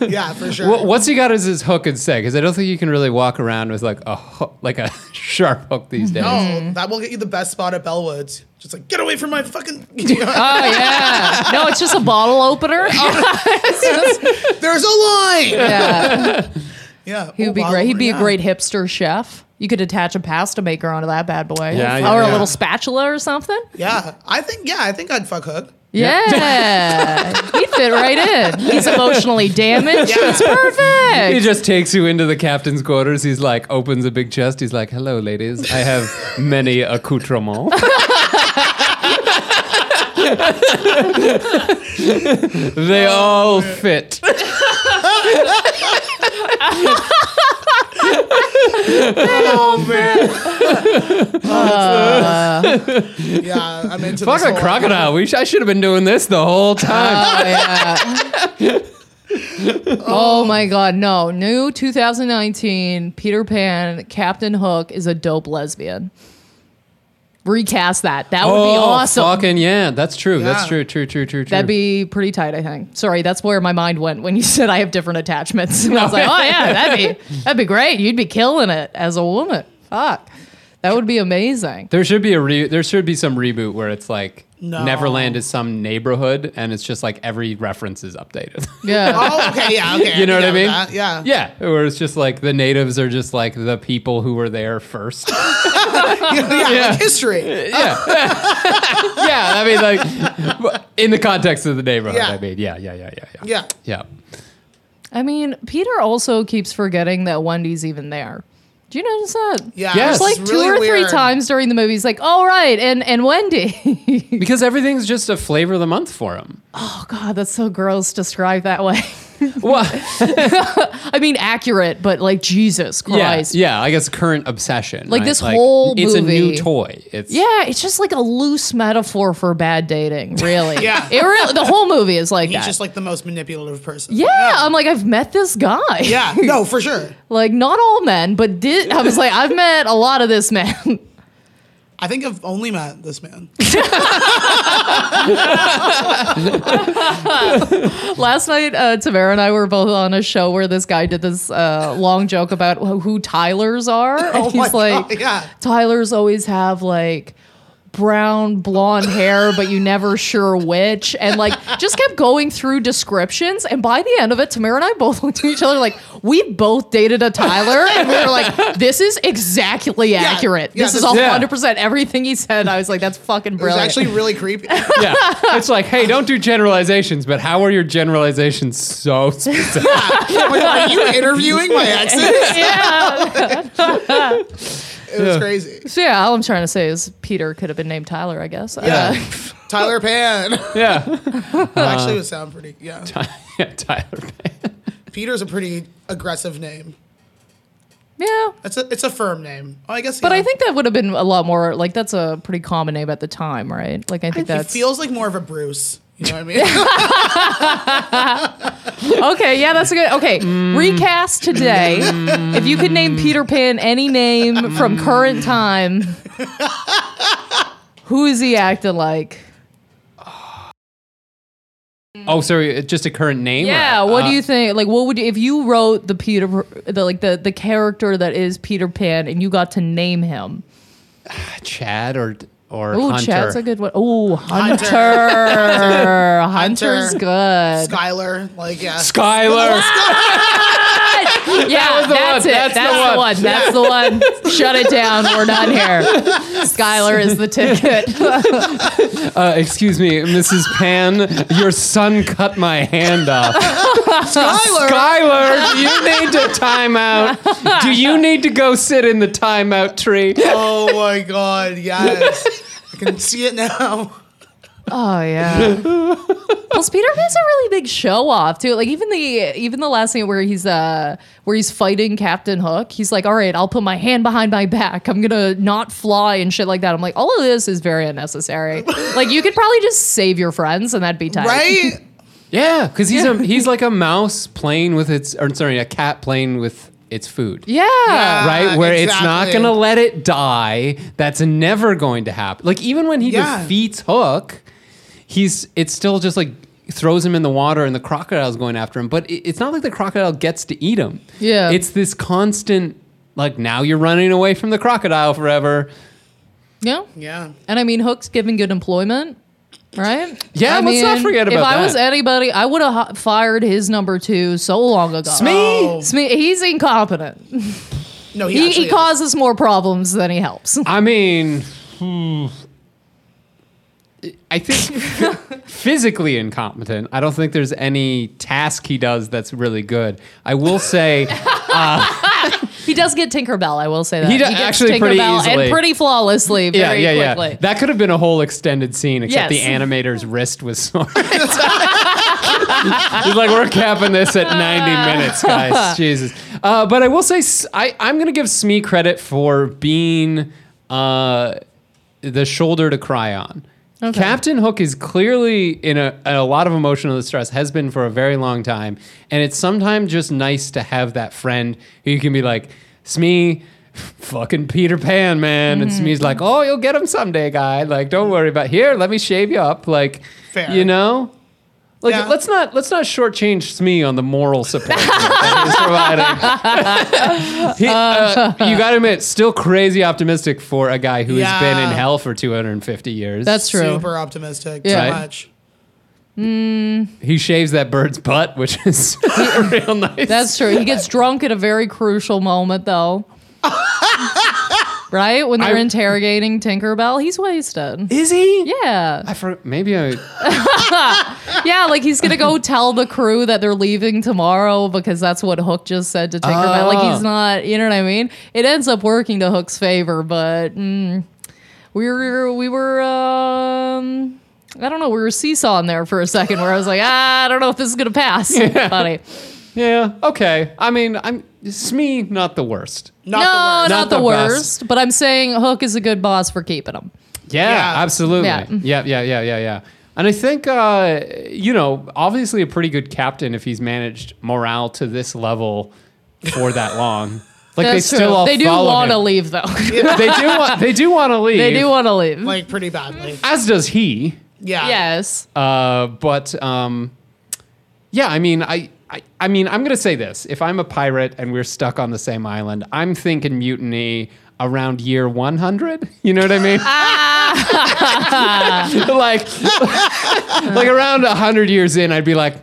[SPEAKER 3] yeah, for sure.
[SPEAKER 2] Wh- What's he got as his hook instead? Because I don't think you can really walk around with like a hook, like a sharp hook these days.
[SPEAKER 3] oh, that will get you the best spot at Bellwoods. Just like get away from my fucking. You know,
[SPEAKER 1] Oh yeah. No, it's just a bottle opener. It's just-
[SPEAKER 3] There's a line.
[SPEAKER 1] yeah.
[SPEAKER 3] Yeah,
[SPEAKER 1] He
[SPEAKER 3] Oh,
[SPEAKER 1] would be
[SPEAKER 3] wow,
[SPEAKER 1] great. He'd be a
[SPEAKER 3] yeah.
[SPEAKER 1] great hipster chef. You could attach a pasta maker onto that bad boy.
[SPEAKER 2] Yeah,
[SPEAKER 1] or
[SPEAKER 2] yeah,
[SPEAKER 1] a
[SPEAKER 2] yeah.
[SPEAKER 1] little spatula or something.
[SPEAKER 3] Yeah, I think. Yeah, I think I'd fuck Hook.
[SPEAKER 2] Yeah.
[SPEAKER 1] Yeah. He'd fit right in. He's emotionally damaged.
[SPEAKER 3] Yeah.
[SPEAKER 1] It's perfect.
[SPEAKER 2] He just takes you into the captain's quarters. He's like, opens a big chest. He's like, hello, ladies. I have many accoutrements. they all fit.
[SPEAKER 3] Oh man.
[SPEAKER 1] Uh.
[SPEAKER 3] yeah, I'm into
[SPEAKER 2] Fuck
[SPEAKER 3] this
[SPEAKER 2] a
[SPEAKER 3] whole-
[SPEAKER 2] crocodile. We sh- I should have been doing this the whole time.
[SPEAKER 1] Oh, yeah. oh my god, no. New 2019 Peter Pan Captain Hook is a dope lesbian. Recast that. That would
[SPEAKER 3] Oh,
[SPEAKER 1] be awesome.
[SPEAKER 2] Oh, fucking yeah. That's true. That's
[SPEAKER 3] Yeah.
[SPEAKER 2] true, true, true, true, true.
[SPEAKER 1] That'd be pretty tight, I think. Sorry, that's where my mind went when you said I have different attachments. And I was like, oh yeah, that'd be that'd be great. You'd be killing it as a woman. Fuck. That would be amazing.
[SPEAKER 2] There should be a re- there should be some reboot where it's like
[SPEAKER 3] No.
[SPEAKER 2] Neverland is some neighborhood and it's just like every reference is updated.
[SPEAKER 1] Yeah.
[SPEAKER 3] Oh, okay, yeah, okay.
[SPEAKER 2] you know what I
[SPEAKER 3] can
[SPEAKER 2] mean?
[SPEAKER 3] get with that, Yeah.
[SPEAKER 2] Yeah. Where it's just like the natives are just like the people who were there first.
[SPEAKER 3] yeah,
[SPEAKER 2] Yeah.
[SPEAKER 3] Like history.
[SPEAKER 2] yeah. I mean, like in the context of the neighborhood.
[SPEAKER 3] Yeah.
[SPEAKER 2] I mean, yeah, yeah, yeah, yeah, yeah.
[SPEAKER 3] Yeah.
[SPEAKER 2] Yeah.
[SPEAKER 1] I mean, Peter also keeps forgetting that Wendy's even there. Do you notice that?
[SPEAKER 3] Yeah,
[SPEAKER 2] Yes.
[SPEAKER 3] it's
[SPEAKER 1] Like
[SPEAKER 2] It's
[SPEAKER 1] two
[SPEAKER 3] really
[SPEAKER 1] or three
[SPEAKER 3] weird.
[SPEAKER 1] times during the movie, he's like, "All right," and and Wendy."
[SPEAKER 2] Because everything's just a flavor of the month for them.
[SPEAKER 1] oh God, that's so gross. Described that way.
[SPEAKER 2] Well,
[SPEAKER 1] I mean, accurate, but like Jesus
[SPEAKER 2] yeah,
[SPEAKER 1] Christ.
[SPEAKER 2] yeah, I guess current obsession.
[SPEAKER 1] Like
[SPEAKER 2] right?
[SPEAKER 1] this whole
[SPEAKER 2] It's a new
[SPEAKER 1] movie.
[SPEAKER 2] toy. It's
[SPEAKER 1] Yeah, it's just like a loose metaphor for bad dating, really.
[SPEAKER 3] Yeah.
[SPEAKER 1] It really the whole movie is like
[SPEAKER 3] He's
[SPEAKER 1] that.
[SPEAKER 3] just like the most manipulative person.
[SPEAKER 1] yeah, I'm like I've met this guy.
[SPEAKER 3] Yeah. No, for sure.
[SPEAKER 1] Like not all men, but did I was like I've met a lot of this man.
[SPEAKER 3] I think I've only met this man.
[SPEAKER 1] Last night, uh, Tamara and I were both on a show where this guy did this uh, long joke about wh- who Tyler's are. And
[SPEAKER 3] Oh my
[SPEAKER 1] he's like,
[SPEAKER 3] God, yeah.
[SPEAKER 1] Tyler's always have like brown blonde hair but you never sure which and like just kept going through descriptions and by the end of it tamara and i both looked at each other like we both dated a tyler and we were like this is exactly accurate
[SPEAKER 3] yeah,
[SPEAKER 1] this is
[SPEAKER 3] this-
[SPEAKER 1] all
[SPEAKER 2] Yeah.
[SPEAKER 1] 100% everything he said i was like that's fucking
[SPEAKER 3] It was
[SPEAKER 1] brilliant
[SPEAKER 3] actually really creepy.
[SPEAKER 2] yeah. It's like, hey, don't do generalizations, but how are your generalizations so specific?
[SPEAKER 3] I'm like, are you interviewing my exes?
[SPEAKER 1] yeah
[SPEAKER 3] It was crazy.
[SPEAKER 1] So yeah, all I'm trying to say is Peter could have been named Tyler, I guess.
[SPEAKER 2] Yeah.
[SPEAKER 1] Uh,
[SPEAKER 3] Tyler Pan.
[SPEAKER 2] yeah.
[SPEAKER 3] actually, it would sound pretty. Yeah.
[SPEAKER 2] yeah, Tyler. Perry.
[SPEAKER 3] Peter's a pretty aggressive name.
[SPEAKER 1] yeah.
[SPEAKER 3] That's a, it's a firm name. Oh, I guess.
[SPEAKER 1] But
[SPEAKER 3] yeah.
[SPEAKER 1] I think that would have been a lot more like that's a pretty common name at the time, right? Like I think
[SPEAKER 3] it
[SPEAKER 1] that's
[SPEAKER 3] feels like more of a Bruce. You know what I mean?
[SPEAKER 1] okay. Yeah, that's a good okay. Recast today. if you could name Peter Pan any name from current time, who is he acting like?
[SPEAKER 2] Oh, sorry, it's just a current name.
[SPEAKER 1] Yeah.
[SPEAKER 2] or-
[SPEAKER 1] What
[SPEAKER 2] uh,
[SPEAKER 1] do you think? Like, what would you, if you wrote the Peter, the like the the character that is Peter Pan, and you got to name him?
[SPEAKER 2] Chad or or
[SPEAKER 1] Oh,
[SPEAKER 2] Hunter?
[SPEAKER 1] Chad's a good one. Oh, Hunter. Hunter. Hunter's good.
[SPEAKER 3] Skylar. Like, yeah.
[SPEAKER 2] Skylar.
[SPEAKER 1] Yeah, that's
[SPEAKER 2] one.
[SPEAKER 1] it. That's,
[SPEAKER 2] That's the
[SPEAKER 1] the one. That's the one. Shut it down. We're done here. Skylar is the ticket.
[SPEAKER 2] Uh, excuse me, Mrs. Pan, your son cut my hand off. Skylar, Skylar, do you need to time out? Do you need to go sit in the timeout tree?
[SPEAKER 3] Oh my god, yes. I can see it now.
[SPEAKER 1] Oh yeah. Plus, Peter Pan's a really big show off too. Like even the even the last scene where he's uh where he's fighting Captain Hook, he's like, "All right, I'll put my hand behind my back. I'm gonna not fly and shit like that." I'm like, all of this is very unnecessary. like you could probably just save your friends and that'd be tight.
[SPEAKER 3] right?
[SPEAKER 2] Yeah, because he's a he's like a mouse playing with its or sorry, a cat playing with its food.
[SPEAKER 1] Yeah.
[SPEAKER 3] Yeah.
[SPEAKER 2] Right? Where it's not
[SPEAKER 3] exactly.
[SPEAKER 2] gonna let it die. That's never going to happen. Like even when he
[SPEAKER 3] Yeah.
[SPEAKER 2] defeats Hook, he's it's still just like throws him in the water and the crocodile's going after him. But it, it's not like the crocodile gets to eat him.
[SPEAKER 1] Yeah.
[SPEAKER 2] It's this constant like now you're running away from the crocodile forever.
[SPEAKER 1] Yeah.
[SPEAKER 3] Yeah.
[SPEAKER 1] And I mean, Hook's given good employment, right?
[SPEAKER 2] Yeah,
[SPEAKER 1] I
[SPEAKER 2] let's not forget
[SPEAKER 1] If
[SPEAKER 2] about
[SPEAKER 1] I
[SPEAKER 2] that.
[SPEAKER 1] was anybody, I would have fired his number two so long ago.
[SPEAKER 2] Smee!
[SPEAKER 3] Oh.
[SPEAKER 1] Smee, he's incompetent.
[SPEAKER 3] No, he,
[SPEAKER 1] He,
[SPEAKER 3] actually
[SPEAKER 1] he causes more problems than he helps.
[SPEAKER 2] I mean, hmm. I think physically incompetent. I don't think there's any task he does that's really good. I will say
[SPEAKER 1] He does get Tinkerbell, I will say that.
[SPEAKER 2] He do-
[SPEAKER 1] gets
[SPEAKER 2] actually pretty easily.
[SPEAKER 1] and pretty flawlessly
[SPEAKER 2] yeah,
[SPEAKER 1] very
[SPEAKER 2] yeah, yeah.
[SPEAKER 1] quickly.
[SPEAKER 2] That could have been a whole extended scene, except
[SPEAKER 1] Yes.
[SPEAKER 2] the animator's wrist was sore. He's like, we're capping this at 90 minutes, guys. Jesus. Uh, but I will say, S- I, am going to give Smee credit for being uh, the shoulder to cry on.
[SPEAKER 1] Okay.
[SPEAKER 2] Captain Hook is clearly in a, a lot of emotional distress, has been for a very long time. And it's sometimes just nice to have that friend who you can be like, Smee, fucking Peter Pan, man. And Smee's like, oh, you'll get him someday, guy. Like, don't worry about Here, let me shave you up. Like,
[SPEAKER 3] Fair.
[SPEAKER 2] you know? Like,
[SPEAKER 3] Yeah.
[SPEAKER 2] let's not let's not shortchange Smee on the moral support that he's providing. He- uh, you got to admit, still crazy optimistic for a guy who has been in
[SPEAKER 3] Yeah.
[SPEAKER 2] hell for 250 years.
[SPEAKER 1] That's true.
[SPEAKER 3] super optimistic.
[SPEAKER 1] Yeah.
[SPEAKER 3] Too
[SPEAKER 2] Right.
[SPEAKER 3] much.
[SPEAKER 2] He shaves that bird's butt, which is real nice.
[SPEAKER 1] That's true. He gets drunk at a very crucial moment, though. right? When they're
[SPEAKER 2] I-
[SPEAKER 1] interrogating Tinkerbell, he's wasted.
[SPEAKER 2] is he?
[SPEAKER 1] Yeah.
[SPEAKER 2] I for, maybe I.
[SPEAKER 1] Yeah, like he's gonna go tell the crew that they're leaving tomorrow because that's what Hook just said to Tinkerbell. Like he's
[SPEAKER 2] Oh.
[SPEAKER 1] not, you know what I mean? It ends up working to Hook's favor, but mm, we were we were um, I don't know, we were seesawing there for a second where I was like, ah, I don't know if this is gonna pass, buddy.
[SPEAKER 2] Yeah. Okay. I mean, I'm Smee, not the worst.
[SPEAKER 3] Not
[SPEAKER 1] no,
[SPEAKER 3] the
[SPEAKER 1] not,
[SPEAKER 3] worst.
[SPEAKER 2] Not
[SPEAKER 1] the,
[SPEAKER 2] the best.
[SPEAKER 1] worst, but I'm saying Hook is a good boss for keeping him.
[SPEAKER 2] Yeah,
[SPEAKER 3] Yeah.
[SPEAKER 2] absolutely.
[SPEAKER 1] Yeah. Mm-hmm.
[SPEAKER 2] Yeah. yeah, yeah, yeah, yeah, And I think, uh, you know, obviously a pretty good captain if he's managed morale to this level for that long. Like they
[SPEAKER 1] That's
[SPEAKER 2] still
[SPEAKER 1] true.
[SPEAKER 2] all
[SPEAKER 1] they do
[SPEAKER 2] want
[SPEAKER 1] want to leave though.
[SPEAKER 2] They do want. They do want to leave.
[SPEAKER 1] they do want to leave.
[SPEAKER 3] Like pretty badly.
[SPEAKER 2] As does he.
[SPEAKER 3] Yeah.
[SPEAKER 1] yes.
[SPEAKER 2] Uh, but um, yeah, I mean, I, I, I mean, I'm gonna say this: if I'm a pirate and we're stuck on the same island, I'm thinking mutiny around year 100. You know what I mean? like, like around 100 years in, I'd be like,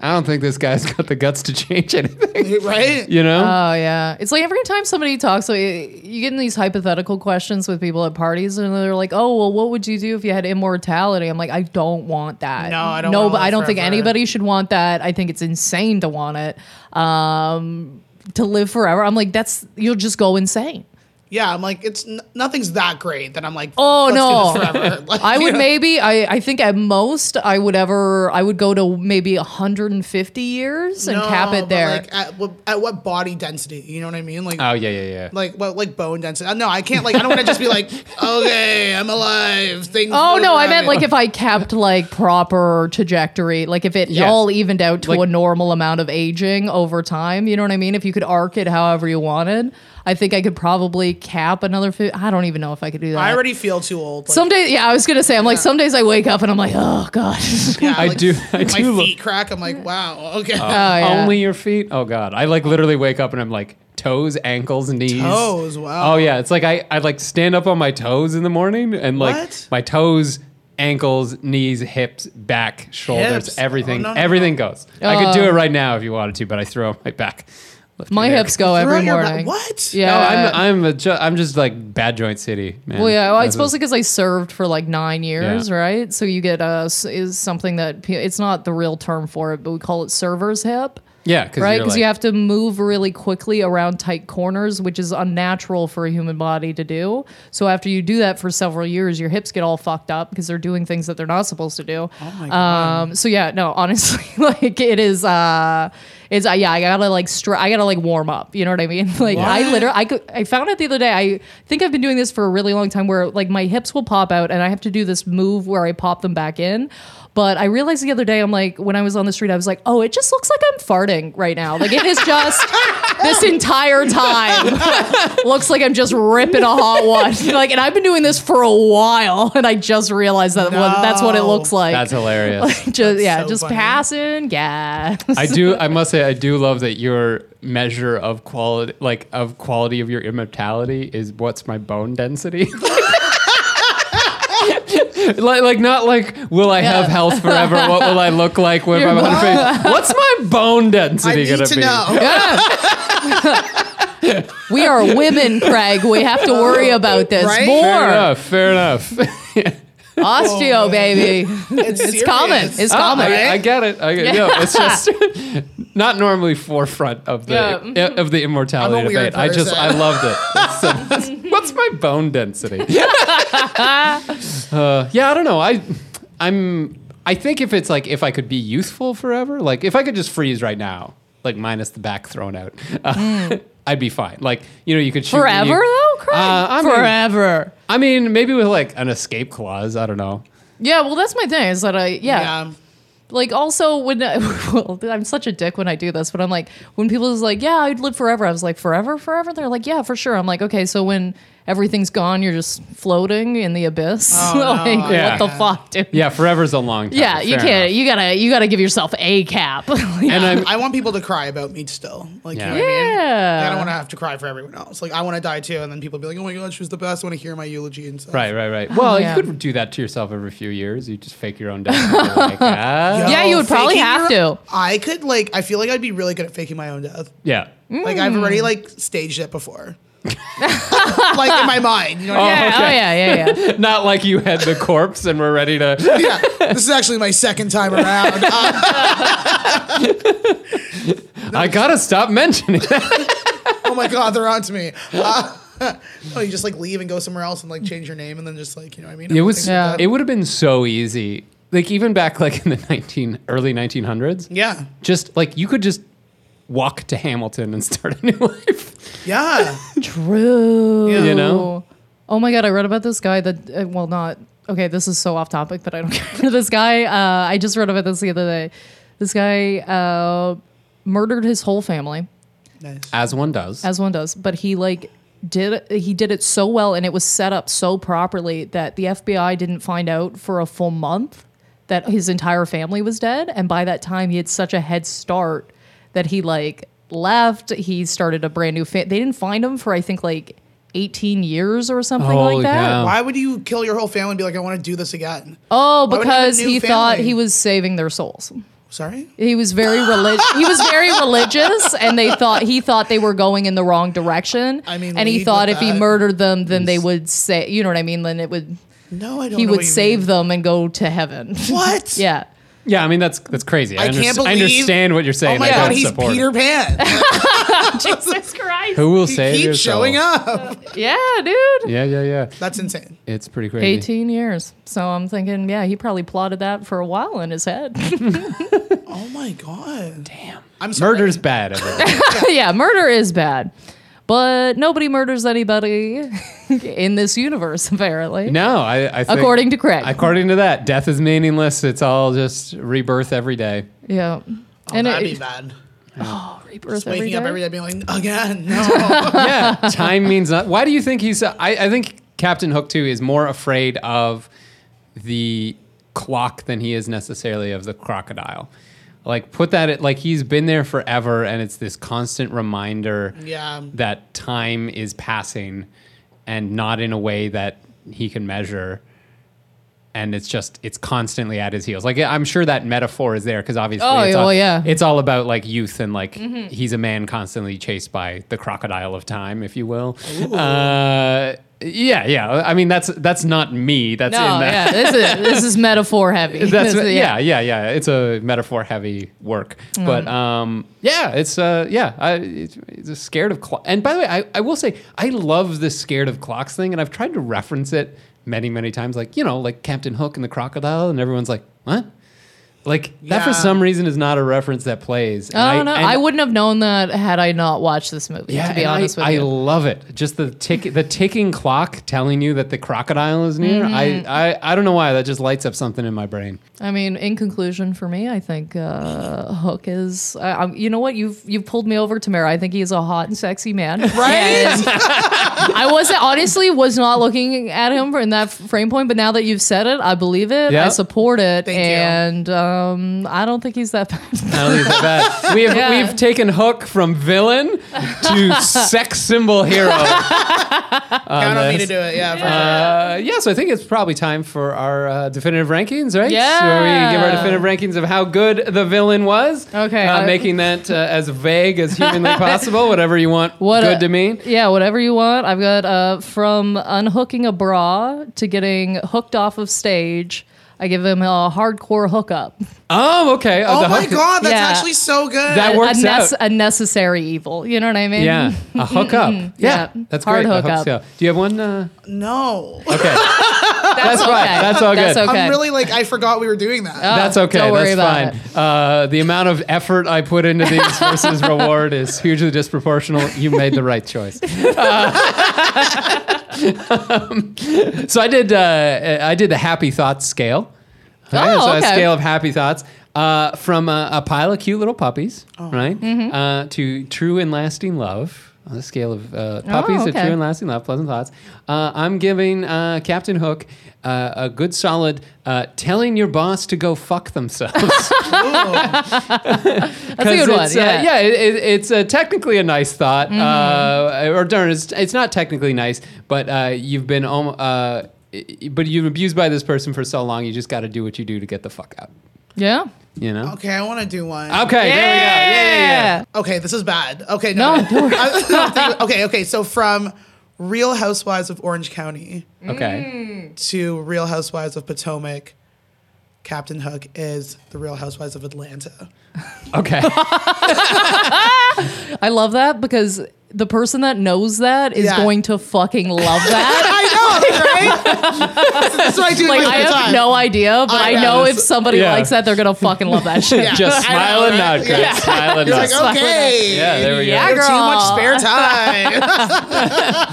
[SPEAKER 2] I don't think this guy's got the guts to change anything.
[SPEAKER 3] Right?
[SPEAKER 2] You know?
[SPEAKER 1] Oh yeah, it's like every time somebody talks, so you you get in these hypothetical questions with people at parties, and they're like, "Oh, well, what would you do if you had immortality?" I'm like, I don't want that.
[SPEAKER 3] No, I don't
[SPEAKER 1] No,
[SPEAKER 3] wanna
[SPEAKER 1] but I
[SPEAKER 3] live
[SPEAKER 1] don't think
[SPEAKER 3] forever.
[SPEAKER 1] anybody should want that. I think it's insane to want it. Um, to live forever, I'm like, that's you'll just go insane.
[SPEAKER 3] Yeah. I'm like, it's n- nothing's that great that I'm like,
[SPEAKER 1] Oh
[SPEAKER 3] let's do
[SPEAKER 1] no.
[SPEAKER 3] this forever. Like,
[SPEAKER 1] I
[SPEAKER 3] you
[SPEAKER 1] would
[SPEAKER 3] know?
[SPEAKER 1] maybe I, I think at most I would ever I would go to maybe 150 years and
[SPEAKER 3] No,
[SPEAKER 1] cap
[SPEAKER 3] but,
[SPEAKER 1] it there.
[SPEAKER 3] Like, at, what, at what body density? You know what I mean? Like,
[SPEAKER 2] oh yeah, yeah, yeah.
[SPEAKER 3] like what, like bone density? Uh, No, I can't. Like, I don't want to just be like, okay, I'm alive. Things.
[SPEAKER 1] Oh
[SPEAKER 3] move
[SPEAKER 1] no, I
[SPEAKER 3] around
[SPEAKER 1] meant
[SPEAKER 3] me.
[SPEAKER 1] like if I kept like proper trajectory, like if it
[SPEAKER 2] Yes.
[SPEAKER 1] all evened out to a
[SPEAKER 2] Like-
[SPEAKER 1] normal amount of aging over time. You know what I mean? If you could arc it however you wanted, I think I could probably cap another. Fi- I don't even know if I could do that.
[SPEAKER 3] I already feel too old. Like,
[SPEAKER 1] some days, yeah, I was gonna say, I'm like, some days I wake up and I'm like, oh god.
[SPEAKER 3] yeah,
[SPEAKER 2] I
[SPEAKER 3] like,
[SPEAKER 2] do- I
[SPEAKER 3] my
[SPEAKER 2] do look-
[SPEAKER 3] feet crack. I'm like, wow. Okay.
[SPEAKER 1] Oh, yeah.
[SPEAKER 2] Only your feet? Oh god. I like literally wake up and I'm like toes, ankles, knees.
[SPEAKER 3] Toes, wow.
[SPEAKER 2] Oh yeah. It's like I, I like stand up on my toes in the morning and like
[SPEAKER 3] What?
[SPEAKER 2] my toes, ankles, knees, hips, back, shoulders,
[SPEAKER 3] Hips?
[SPEAKER 2] everything.
[SPEAKER 3] Oh, no, no,
[SPEAKER 2] everything goes. I could do
[SPEAKER 1] Oh.
[SPEAKER 2] it right now if you wanted to, but I throw out my back. Lift
[SPEAKER 1] My
[SPEAKER 2] your neck.
[SPEAKER 1] hips go every
[SPEAKER 3] Throughout your
[SPEAKER 1] morning.
[SPEAKER 3] ba- What?
[SPEAKER 1] Yeah.
[SPEAKER 2] No, I'm I'm a ju- I'm just like bad joint city, man.
[SPEAKER 1] Well, yeah, well, I
[SPEAKER 2] That's
[SPEAKER 1] suppose
[SPEAKER 2] a-
[SPEAKER 1] because I served for like nine years,
[SPEAKER 2] Yeah.
[SPEAKER 1] right? So you get uh, s- is something that pe- it's not the real term for it, but we call it server's hip.
[SPEAKER 2] Yeah, because
[SPEAKER 1] right? Because you have to move really quickly around tight corners, which is unnatural for a human body to do. So after you do that for several years, your hips get all fucked up because they're doing things that they're not supposed to do. Oh
[SPEAKER 3] my
[SPEAKER 1] Um, so yeah, no, honestly, like it is. Uh, it's uh, yeah, I gotta like str- I gotta like warm up. You know what I mean? Like I
[SPEAKER 3] What?
[SPEAKER 1] literally, I could, I found out the other day. I think I've been doing this for a really long time, where like my hips will pop out, and I have to do this move where I pop them back in. But I realized the other day, I'm like, when I was on the street, I was like, oh, it just looks like I'm farting right now. Like it is just this entire time looks like I'm just ripping a hot one. Like, and I've been doing this for a while, and I just realized that what, that's what it looks like.
[SPEAKER 2] That's hilarious.
[SPEAKER 1] just yeah,
[SPEAKER 3] so
[SPEAKER 1] just
[SPEAKER 3] funny.
[SPEAKER 1] passing gas.
[SPEAKER 2] I do. I must say, I do love that your measure of quality, like of quality of your immortality, is what's my bone density. like, like not like will I have
[SPEAKER 1] Yeah.
[SPEAKER 2] health forever? What will I look like when
[SPEAKER 1] Your
[SPEAKER 2] I'm 100? What's my bone
[SPEAKER 3] I
[SPEAKER 2] density
[SPEAKER 3] need
[SPEAKER 2] gonna
[SPEAKER 3] to
[SPEAKER 2] be?
[SPEAKER 3] know.
[SPEAKER 1] we are women, Craig. We have to worry about this
[SPEAKER 3] Oh. Right?
[SPEAKER 1] more.
[SPEAKER 2] Fair enough. Fair enough.
[SPEAKER 1] Osteo,
[SPEAKER 3] Oh,
[SPEAKER 1] baby.
[SPEAKER 3] It's,
[SPEAKER 1] It's common. It's
[SPEAKER 2] Oh,
[SPEAKER 1] common.
[SPEAKER 2] I, I get it. I get, No, it's just not normally forefront of the
[SPEAKER 1] Yeah. mm-hmm.
[SPEAKER 2] of the immortality
[SPEAKER 3] I'm a weird
[SPEAKER 2] debate. I just I
[SPEAKER 3] person.
[SPEAKER 2] loved it. It's so- it's- what's my bone density? Uh, yeah, I don't know. I I'm I think if it's like if I could be youthful forever, like if I could just freeze right now, like minus the back thrown out. uh, I'd be fine. Like you know, Ah, you could shoot me,
[SPEAKER 1] Hmm. Forever
[SPEAKER 2] you-
[SPEAKER 1] though, Craig.
[SPEAKER 2] Uh, I mean-
[SPEAKER 1] Forever.
[SPEAKER 2] I mean, maybe with like an escape clause. I don't know.
[SPEAKER 1] yeah, well, that's my thing. Is that I yeah.
[SPEAKER 3] Yeah.
[SPEAKER 1] Like also when I, well, I'm such a dick when I do this, but I'm like when people is like, yeah, I'd live forever. I was like, forever, forever. They're like, yeah, for sure. I'm like, okay, so when everything's gone, you're just floating in the abyss.
[SPEAKER 3] Oh,
[SPEAKER 1] like,
[SPEAKER 2] Yeah.
[SPEAKER 1] what the fuck, dude?
[SPEAKER 2] Yeah, forever's a long time.
[SPEAKER 1] Yeah, you
[SPEAKER 2] Fair
[SPEAKER 1] can't.
[SPEAKER 2] enough.
[SPEAKER 1] You gotta. You gotta give yourself a cap.
[SPEAKER 2] And I'm
[SPEAKER 3] I want people to cry about me still. Like,
[SPEAKER 2] Yeah.
[SPEAKER 3] you know what I mean?
[SPEAKER 1] Yeah.
[SPEAKER 3] I don't want to have to cry for everyone else. Like, I want to die too. And then people be like, oh my God, she was the best. I want to hear my eulogy and stuff.
[SPEAKER 2] Right, right, right. Well,
[SPEAKER 1] yeah.
[SPEAKER 2] you could do that to yourself every few years. You just fake your own death. and be like, ah.
[SPEAKER 1] Yeah, you would probably
[SPEAKER 3] faking
[SPEAKER 1] have
[SPEAKER 3] your-
[SPEAKER 1] to.
[SPEAKER 3] I could, like, I feel like I'd be really good at faking my own death.
[SPEAKER 2] yeah.
[SPEAKER 3] Like, I've already, like, staged it before. like, in my mind. You know what I mean?
[SPEAKER 1] Yeah. Oh yeah. Yeah. Yeah.
[SPEAKER 2] Not like you had the corpse and we're ready to.
[SPEAKER 1] Oh.
[SPEAKER 3] Yeah, this is actually my second time around. Uh,
[SPEAKER 2] I gotta stop mentioning that.
[SPEAKER 3] oh my god, they're on to me. Uh, oh, you just like leave and go somewhere else and like change your name and then just like you know what I mean.
[SPEAKER 2] It was.
[SPEAKER 1] Yeah.
[SPEAKER 2] It would have been so easy. Like even back like in the nineteen early nineteen hundreds.
[SPEAKER 3] yeah,
[SPEAKER 2] Just like you could just walk to Hamilton and start a new life.
[SPEAKER 3] yeah.
[SPEAKER 1] True.
[SPEAKER 3] Yeah.
[SPEAKER 2] You know?
[SPEAKER 1] Oh my god, I read about this guy that uh, well not okay, this is so off topic, but I don't care. this guy, uh, I just read about this the other day. This guy uh, murdered his whole family,
[SPEAKER 3] Nice.
[SPEAKER 2] As one does.
[SPEAKER 1] as one does, but he like did he did it so well and it was set up so properly that the FBI didn't find out for a full month that his entire family was dead and by that time he had such a head start that he like left he started a brand new family they didn't find him for i think like 18 years or something
[SPEAKER 2] Holy
[SPEAKER 1] like that
[SPEAKER 2] cow.
[SPEAKER 3] Why would you kill your whole family and be like, I want to do this again?
[SPEAKER 1] oh
[SPEAKER 3] Why would he have a
[SPEAKER 1] because
[SPEAKER 3] new
[SPEAKER 1] he thought
[SPEAKER 3] family?
[SPEAKER 1] he was saving their souls
[SPEAKER 3] Sorry.
[SPEAKER 1] he was very religious he was very religious and they thought he thought they were going in the wrong direction
[SPEAKER 3] I mean,
[SPEAKER 1] and he
[SPEAKER 3] lead
[SPEAKER 1] thought
[SPEAKER 3] with
[SPEAKER 1] if he
[SPEAKER 3] that.
[SPEAKER 1] murdered them then they would say you know what i mean then it would
[SPEAKER 3] No, I don't.
[SPEAKER 1] he
[SPEAKER 3] know
[SPEAKER 1] would
[SPEAKER 3] what you
[SPEAKER 1] save
[SPEAKER 3] mean.
[SPEAKER 1] them and go to heaven
[SPEAKER 3] What?
[SPEAKER 1] yeah
[SPEAKER 2] Yeah, I mean that's that's crazy. I,
[SPEAKER 3] I can't
[SPEAKER 2] underst- I
[SPEAKER 3] believe-
[SPEAKER 2] understand what you're saying.
[SPEAKER 3] Oh my
[SPEAKER 2] I
[SPEAKER 3] god,
[SPEAKER 2] don't
[SPEAKER 3] he's
[SPEAKER 2] support.
[SPEAKER 3] Peter Pan.
[SPEAKER 1] jesus christ
[SPEAKER 2] Who will
[SPEAKER 3] he
[SPEAKER 2] save
[SPEAKER 3] keeps
[SPEAKER 2] yourself?
[SPEAKER 3] showing up.
[SPEAKER 1] yeah dude
[SPEAKER 2] Yeah, yeah, yeah.
[SPEAKER 3] That's insane.
[SPEAKER 2] It's pretty crazy.
[SPEAKER 1] 18 years so i'm thinking yeah he probably plotted that for a while in his head
[SPEAKER 3] Oh my god. Damn. I'm sorry.
[SPEAKER 2] Murder's bad. Everybody.
[SPEAKER 1] yeah murder is bad but nobody murders anybody in this universe apparently
[SPEAKER 2] No, I, I think,
[SPEAKER 1] According to Craig.
[SPEAKER 2] According to that, death is meaningless. It's all just rebirth every day.
[SPEAKER 1] yeah
[SPEAKER 3] Oh, that'd be bad.
[SPEAKER 1] rebirth every
[SPEAKER 3] Waking up
[SPEAKER 1] day. Uh,
[SPEAKER 3] every day being like, again, no.
[SPEAKER 2] Yeah, time means not. Why do you think he's? I, I think Captain Hook Two is more afraid of the clock than he is necessarily of the crocodile. Like put that at, like he's been there forever, and it's this constant reminder
[SPEAKER 3] yeah.
[SPEAKER 2] that time is passing, and not in a way that he can measure. And it's just it's constantly at his heels. Like I'm sure that metaphor is there because obviously
[SPEAKER 1] Oh,
[SPEAKER 2] it's
[SPEAKER 1] yeah,
[SPEAKER 2] all,
[SPEAKER 1] well, yeah.
[SPEAKER 2] it's all about like youth and like
[SPEAKER 1] Mm-hmm.
[SPEAKER 2] he's a man constantly chased by the crocodile of time, if you will. Uh, yeah, yeah. I mean, that's that's not me. That's
[SPEAKER 1] No,
[SPEAKER 2] in that.
[SPEAKER 1] yeah, this is this is metaphor heavy.
[SPEAKER 2] That's
[SPEAKER 1] This is-
[SPEAKER 2] yeah. yeah, yeah, It's a metaphor heavy work,
[SPEAKER 1] Mm-hmm.
[SPEAKER 2] but um, yeah, it's uh, yeah, I, it's, it's scared of clock. And by the way, I, I will say I love the scared of clocks thing, and I've tried to reference it many, many times. Like you know, like Captain Hook and the crocodile, and everyone's like, what? Like that for
[SPEAKER 3] Yeah.
[SPEAKER 2] some reason is not a reference that plays. And
[SPEAKER 1] I don't know.
[SPEAKER 2] and-
[SPEAKER 1] I wouldn't have known that had I not watched this movie.
[SPEAKER 2] yeah,
[SPEAKER 1] to be
[SPEAKER 2] and
[SPEAKER 1] honest
[SPEAKER 2] I,
[SPEAKER 1] with you.
[SPEAKER 2] I love it. Just the tick, the ticking clock telling you that the crocodile is near.
[SPEAKER 1] Mm-hmm.
[SPEAKER 2] I, I, I don't know why that just lights up something in my brain.
[SPEAKER 1] I mean, in conclusion, for me, I think uh, Hook is. I I'm, you know what? You've you've pulled me over, Tamara. I think he's a hot and sexy man, right? I wasn't honestly was not looking at him in that frame point, but now that you've said it, I believe it.
[SPEAKER 2] Yeah.
[SPEAKER 1] I support it,
[SPEAKER 3] Thank you.
[SPEAKER 1] and um, I don't think he's that bad.
[SPEAKER 2] I don't think it's bad. We have
[SPEAKER 1] Yeah.
[SPEAKER 2] we've taken Hook from villain to sex symbol hero.
[SPEAKER 3] Count on me to
[SPEAKER 2] this.
[SPEAKER 3] do it. Yeah. for sure.
[SPEAKER 2] Uh, yeah, so I think it's probably time for our uh, definitive rankings, right?
[SPEAKER 1] Yeah.
[SPEAKER 2] Where we give our definitive rankings of how good the villain was.
[SPEAKER 1] Okay,
[SPEAKER 2] Uh,
[SPEAKER 1] I-
[SPEAKER 2] making that uh, as vague as humanly possible. Whatever you want.
[SPEAKER 1] What
[SPEAKER 2] good
[SPEAKER 1] a-
[SPEAKER 2] to mean.
[SPEAKER 1] Yeah, whatever you want. I've got uh, from unhooking a bra to getting hooked off of stage. I give him a hardcore hookup.
[SPEAKER 2] Oh, okay.
[SPEAKER 3] oh
[SPEAKER 2] the
[SPEAKER 3] my
[SPEAKER 2] hook-
[SPEAKER 3] god, that's
[SPEAKER 1] Yeah.
[SPEAKER 3] actually so good.
[SPEAKER 2] That
[SPEAKER 1] a,
[SPEAKER 2] works out.
[SPEAKER 1] a necessary evil. You know what I mean?
[SPEAKER 2] Yeah, a hookup. yeah.
[SPEAKER 1] Yeah.
[SPEAKER 2] that's
[SPEAKER 1] Mm-hmm. Hard
[SPEAKER 2] great. a
[SPEAKER 1] hookup.
[SPEAKER 2] hookup. Do you have one? Uh,
[SPEAKER 3] no.
[SPEAKER 2] okay, that's, fine.
[SPEAKER 1] okay.
[SPEAKER 2] That's all good.
[SPEAKER 1] That's okay.
[SPEAKER 3] I'm really like I forgot we were doing that.
[SPEAKER 2] That's
[SPEAKER 1] Oh,
[SPEAKER 2] okay.
[SPEAKER 1] don't worry
[SPEAKER 2] That's fine. Uh, the amount of effort I put into these versus reward is hugely disproportional. You made the right choice. Um, Uh, um, so I did. Uh, I did the happy thoughts scale. Okay,
[SPEAKER 1] Oh,
[SPEAKER 2] so a
[SPEAKER 1] okay.
[SPEAKER 2] scale of happy thoughts uh, from a, a pile of cute little puppies,
[SPEAKER 1] Oh.
[SPEAKER 2] right,
[SPEAKER 1] Mm-hmm.
[SPEAKER 2] uh, to true and lasting love. On a scale of uh, puppies to
[SPEAKER 1] Oh, okay.
[SPEAKER 2] true and lasting love, pleasant thoughts. Uh, I'm giving uh, Captain Hook uh, a good solid uh, telling your boss to go fuck themselves.
[SPEAKER 1] That's a good one.
[SPEAKER 2] it's, uh,
[SPEAKER 1] yeah.
[SPEAKER 2] it, it, it's uh, technically a nice thought,
[SPEAKER 1] Mm-hmm.
[SPEAKER 2] uh, or darn, it's, it's not technically nice, but uh, you've been, om- uh, i- i- but you've been abused by this person for so long, you just got to do what you do to get the fuck out.
[SPEAKER 1] Yeah.
[SPEAKER 2] You
[SPEAKER 1] Oh.
[SPEAKER 2] know?
[SPEAKER 3] Okay, I want to do one.
[SPEAKER 2] Okay, there we go. Yeah, yeah, yeah.
[SPEAKER 3] Okay, this is bad. Okay, no. I- no, think- okay, okay. So from Real Housewives of Orange County
[SPEAKER 2] Okay.
[SPEAKER 3] to Real Housewives of Potomac, Captain Hook is the Real Housewives of Atlanta. Mm.
[SPEAKER 2] Okay.
[SPEAKER 1] I love that because the person that knows that is
[SPEAKER 3] Yeah.
[SPEAKER 1] going to fucking love that.
[SPEAKER 3] I know, right? this is what I do
[SPEAKER 1] like
[SPEAKER 3] with
[SPEAKER 1] I
[SPEAKER 3] my
[SPEAKER 1] have
[SPEAKER 3] time.
[SPEAKER 1] no idea, but
[SPEAKER 3] I
[SPEAKER 1] I, know
[SPEAKER 2] guess.
[SPEAKER 1] if somebody
[SPEAKER 2] Yeah.
[SPEAKER 1] likes that, they're gonna fucking love that shit.
[SPEAKER 3] Yeah.
[SPEAKER 2] Just
[SPEAKER 3] I know,
[SPEAKER 2] smile and
[SPEAKER 3] right?
[SPEAKER 2] nod, Greg.
[SPEAKER 3] Yeah.
[SPEAKER 2] Smile and
[SPEAKER 3] You're
[SPEAKER 2] nod.
[SPEAKER 3] like, "Oh, okay.
[SPEAKER 2] Yeah, there we go.
[SPEAKER 1] Yeah,
[SPEAKER 3] You have too much
[SPEAKER 1] girl.
[SPEAKER 3] spare time.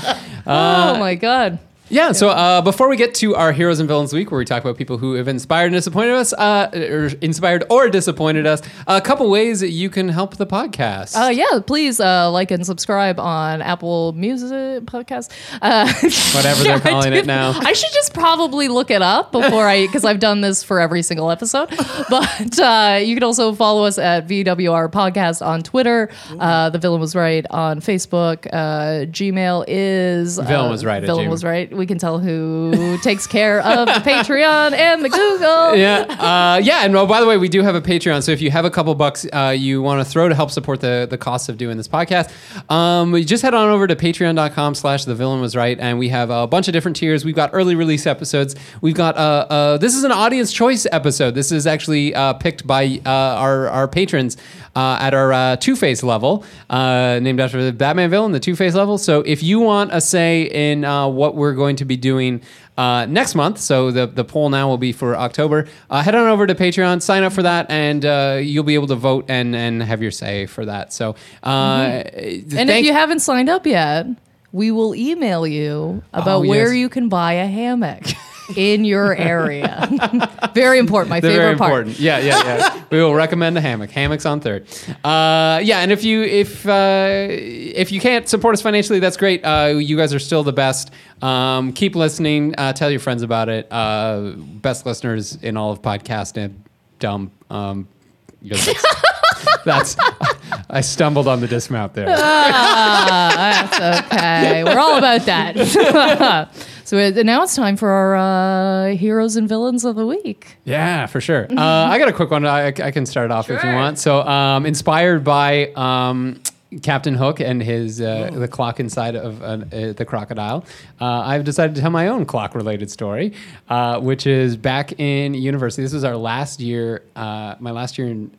[SPEAKER 1] oh my god.
[SPEAKER 2] Yeah, so uh, before we get to our Heroes and Villains Week, where we talk about people who have inspired and disappointed us, uh, or inspired or disappointed us, a couple ways that you can help the podcast.
[SPEAKER 3] Oh,
[SPEAKER 1] Uh, yeah, please uh, like and subscribe on Apple Music podcast. Uh,
[SPEAKER 2] Whatever they're calling it now.
[SPEAKER 1] I should just probably look it up before I, because I've done this for every single episode. But uh, you can also follow us at VWR Podcast on Twitter. Uh, the Villain Was Right on Facebook. Uh, Gmail is
[SPEAKER 2] Villain
[SPEAKER 1] uh,
[SPEAKER 2] Was Right at
[SPEAKER 1] Villain
[SPEAKER 2] Gmail.
[SPEAKER 1] was right. We can tell who takes care of the Patreon and the Google.
[SPEAKER 2] yeah, uh, yeah, and well, by the way, we do have a Patreon. So if you have a couple bucks uh, you want to throw to help support the the cost of doing this podcast, um, you just head on over to Patreon.com/slash The Villain Was Right, and we have a bunch of different tiers. We've got early release episodes. We've got uh, uh, this is an audience choice episode. This is actually uh, picked by uh, our our patrons uh, at our uh, Two Face level, uh, named after the Batman villain, the Two Face level. So if you want a say in uh, what we're going to be doing uh, next month. So the, the poll now will be for October. Uh, head on over to Patreon, sign up for that, and uh, you'll be able to vote and, and have your say for that. So, uh,
[SPEAKER 1] Mm-hmm. And
[SPEAKER 2] thank-
[SPEAKER 1] if you haven't signed up yet, we will email you about
[SPEAKER 2] Oh, yes.
[SPEAKER 1] where you can buy a hammock in your area. very important. My
[SPEAKER 2] they're
[SPEAKER 1] favorite
[SPEAKER 2] very
[SPEAKER 1] part.
[SPEAKER 2] important. Yeah, yeah, yeah. we will recommend a hammock. Hammocks on third. Uh, yeah, and if you if uh, if you can't support us financially, that's great. Uh, you guys are still the best. Um, keep listening. Uh, tell your friends about it. Uh, best listeners in all of podcast and dumb. Um, you're the best. that's I stumbled on the dismount there.
[SPEAKER 1] Okay, we're all about that. so it- now it's time for our uh, heroes and villains of the week.
[SPEAKER 2] Yeah, for sure. Uh, I got a quick one. I, I can start off if you
[SPEAKER 1] Sure.
[SPEAKER 2] want. So, um, inspired by um, Captain Hook and his uh, the clock inside of an, uh, the crocodile. Uh, I've decided to tell my own clock related story, uh, which is back in university. This was our last year, uh, my last year in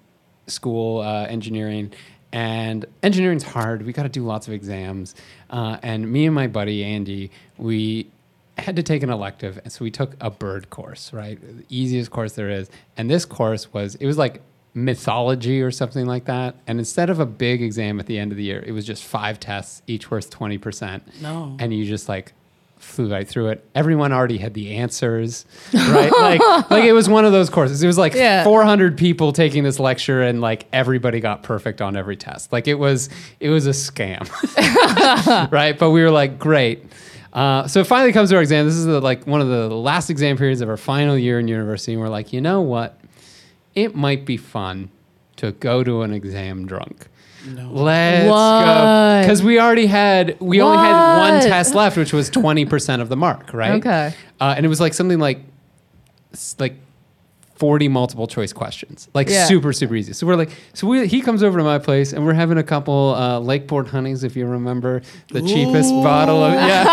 [SPEAKER 2] school uh, engineering, and engineering's hard. We got to do lots of exams, uh, and me and my buddy Andy, we had to take an elective, and so we took a bird course, right? The easiest course there is. And this course was it was like mythology or something like that. And instead of a big exam at the end of the year, it was just five tests, each worth twenty percent.
[SPEAKER 3] No.
[SPEAKER 2] And you just like flew right through it. Everyone already had the answers, right? like, like it was one of those courses. It was like
[SPEAKER 1] Yeah.
[SPEAKER 2] four hundred people taking this lecture, and like everybody got perfect on every test. Like it was, it was a scam. right? But we were like, great. Uh, so it finally comes to our exam. This is the, like one of the last exam periods of our final year in university, and we're like, you know what? It might be fun to go to an exam drunk. No. Let's go
[SPEAKER 1] What?
[SPEAKER 2] because we already had we only had one
[SPEAKER 1] What?
[SPEAKER 2] test left, which was twenty percent of the mark, right?
[SPEAKER 1] Okay.
[SPEAKER 2] Uh, and it was like something like s- like 40 multiple choice questions like
[SPEAKER 1] Yeah.
[SPEAKER 2] super super easy so we're like so we, he comes over to my place and we're having a couple uh, lakeport honeys if you remember the cheapest bottle of yeah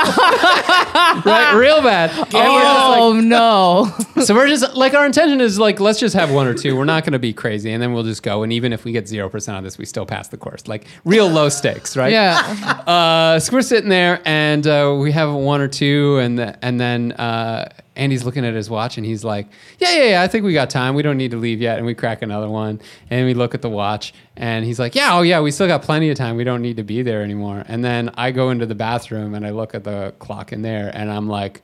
[SPEAKER 2] right real bad And we're just like-
[SPEAKER 1] Oh no!
[SPEAKER 2] so we're just like our intention is like let's just have one or two we're not going to be crazy and then we'll just go and even if we get 0% on this we still pass the course like real low stakes right
[SPEAKER 1] yeah,
[SPEAKER 2] uh, so we're sitting there, and uh, we have one or two, and the, and then uh, Andy's looking at his watch, and he's like, "Yeah, yeah, yeah, I think we got time. We don't need to leave yet." And we crack another one, and we look at the watch, and he's like, "Yeah, oh yeah, we still got plenty of time. We don't need to be there anymore." And then I go into the bathroom, and I look at the clock in there, and I'm like.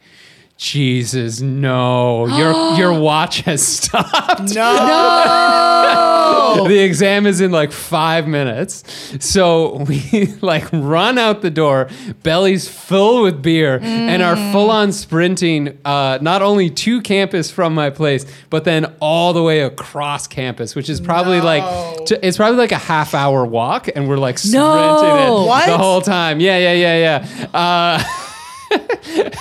[SPEAKER 2] Jesus, no! Your your watch has stopped
[SPEAKER 3] No.
[SPEAKER 2] the exam is in like five minutes. So we like run out the door, bellies full with beer, and are
[SPEAKER 3] Mm.
[SPEAKER 2] full on sprinting uh, not only to campus from my place, but then all the way across campus, which is probably like t- it's probably like a half hour walk, and we're like sprinting
[SPEAKER 1] No.
[SPEAKER 2] it
[SPEAKER 3] What?
[SPEAKER 2] the whole time. Yeah, yeah, yeah, yeah. Uh,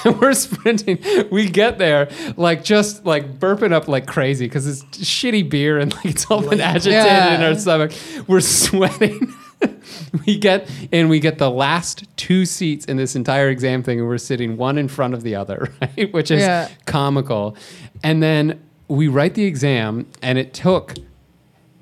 [SPEAKER 2] we're sprinting. We get there, like just like burping up like crazy because it's shitty beer and like it's all been agitated
[SPEAKER 1] Yeah.
[SPEAKER 2] in our stomach. We're sweating. we get and we get the last two seats in this entire exam thing, and we're sitting one in front of the other, right? Which is
[SPEAKER 1] Yeah.
[SPEAKER 2] comical. And then we write the exam, and it took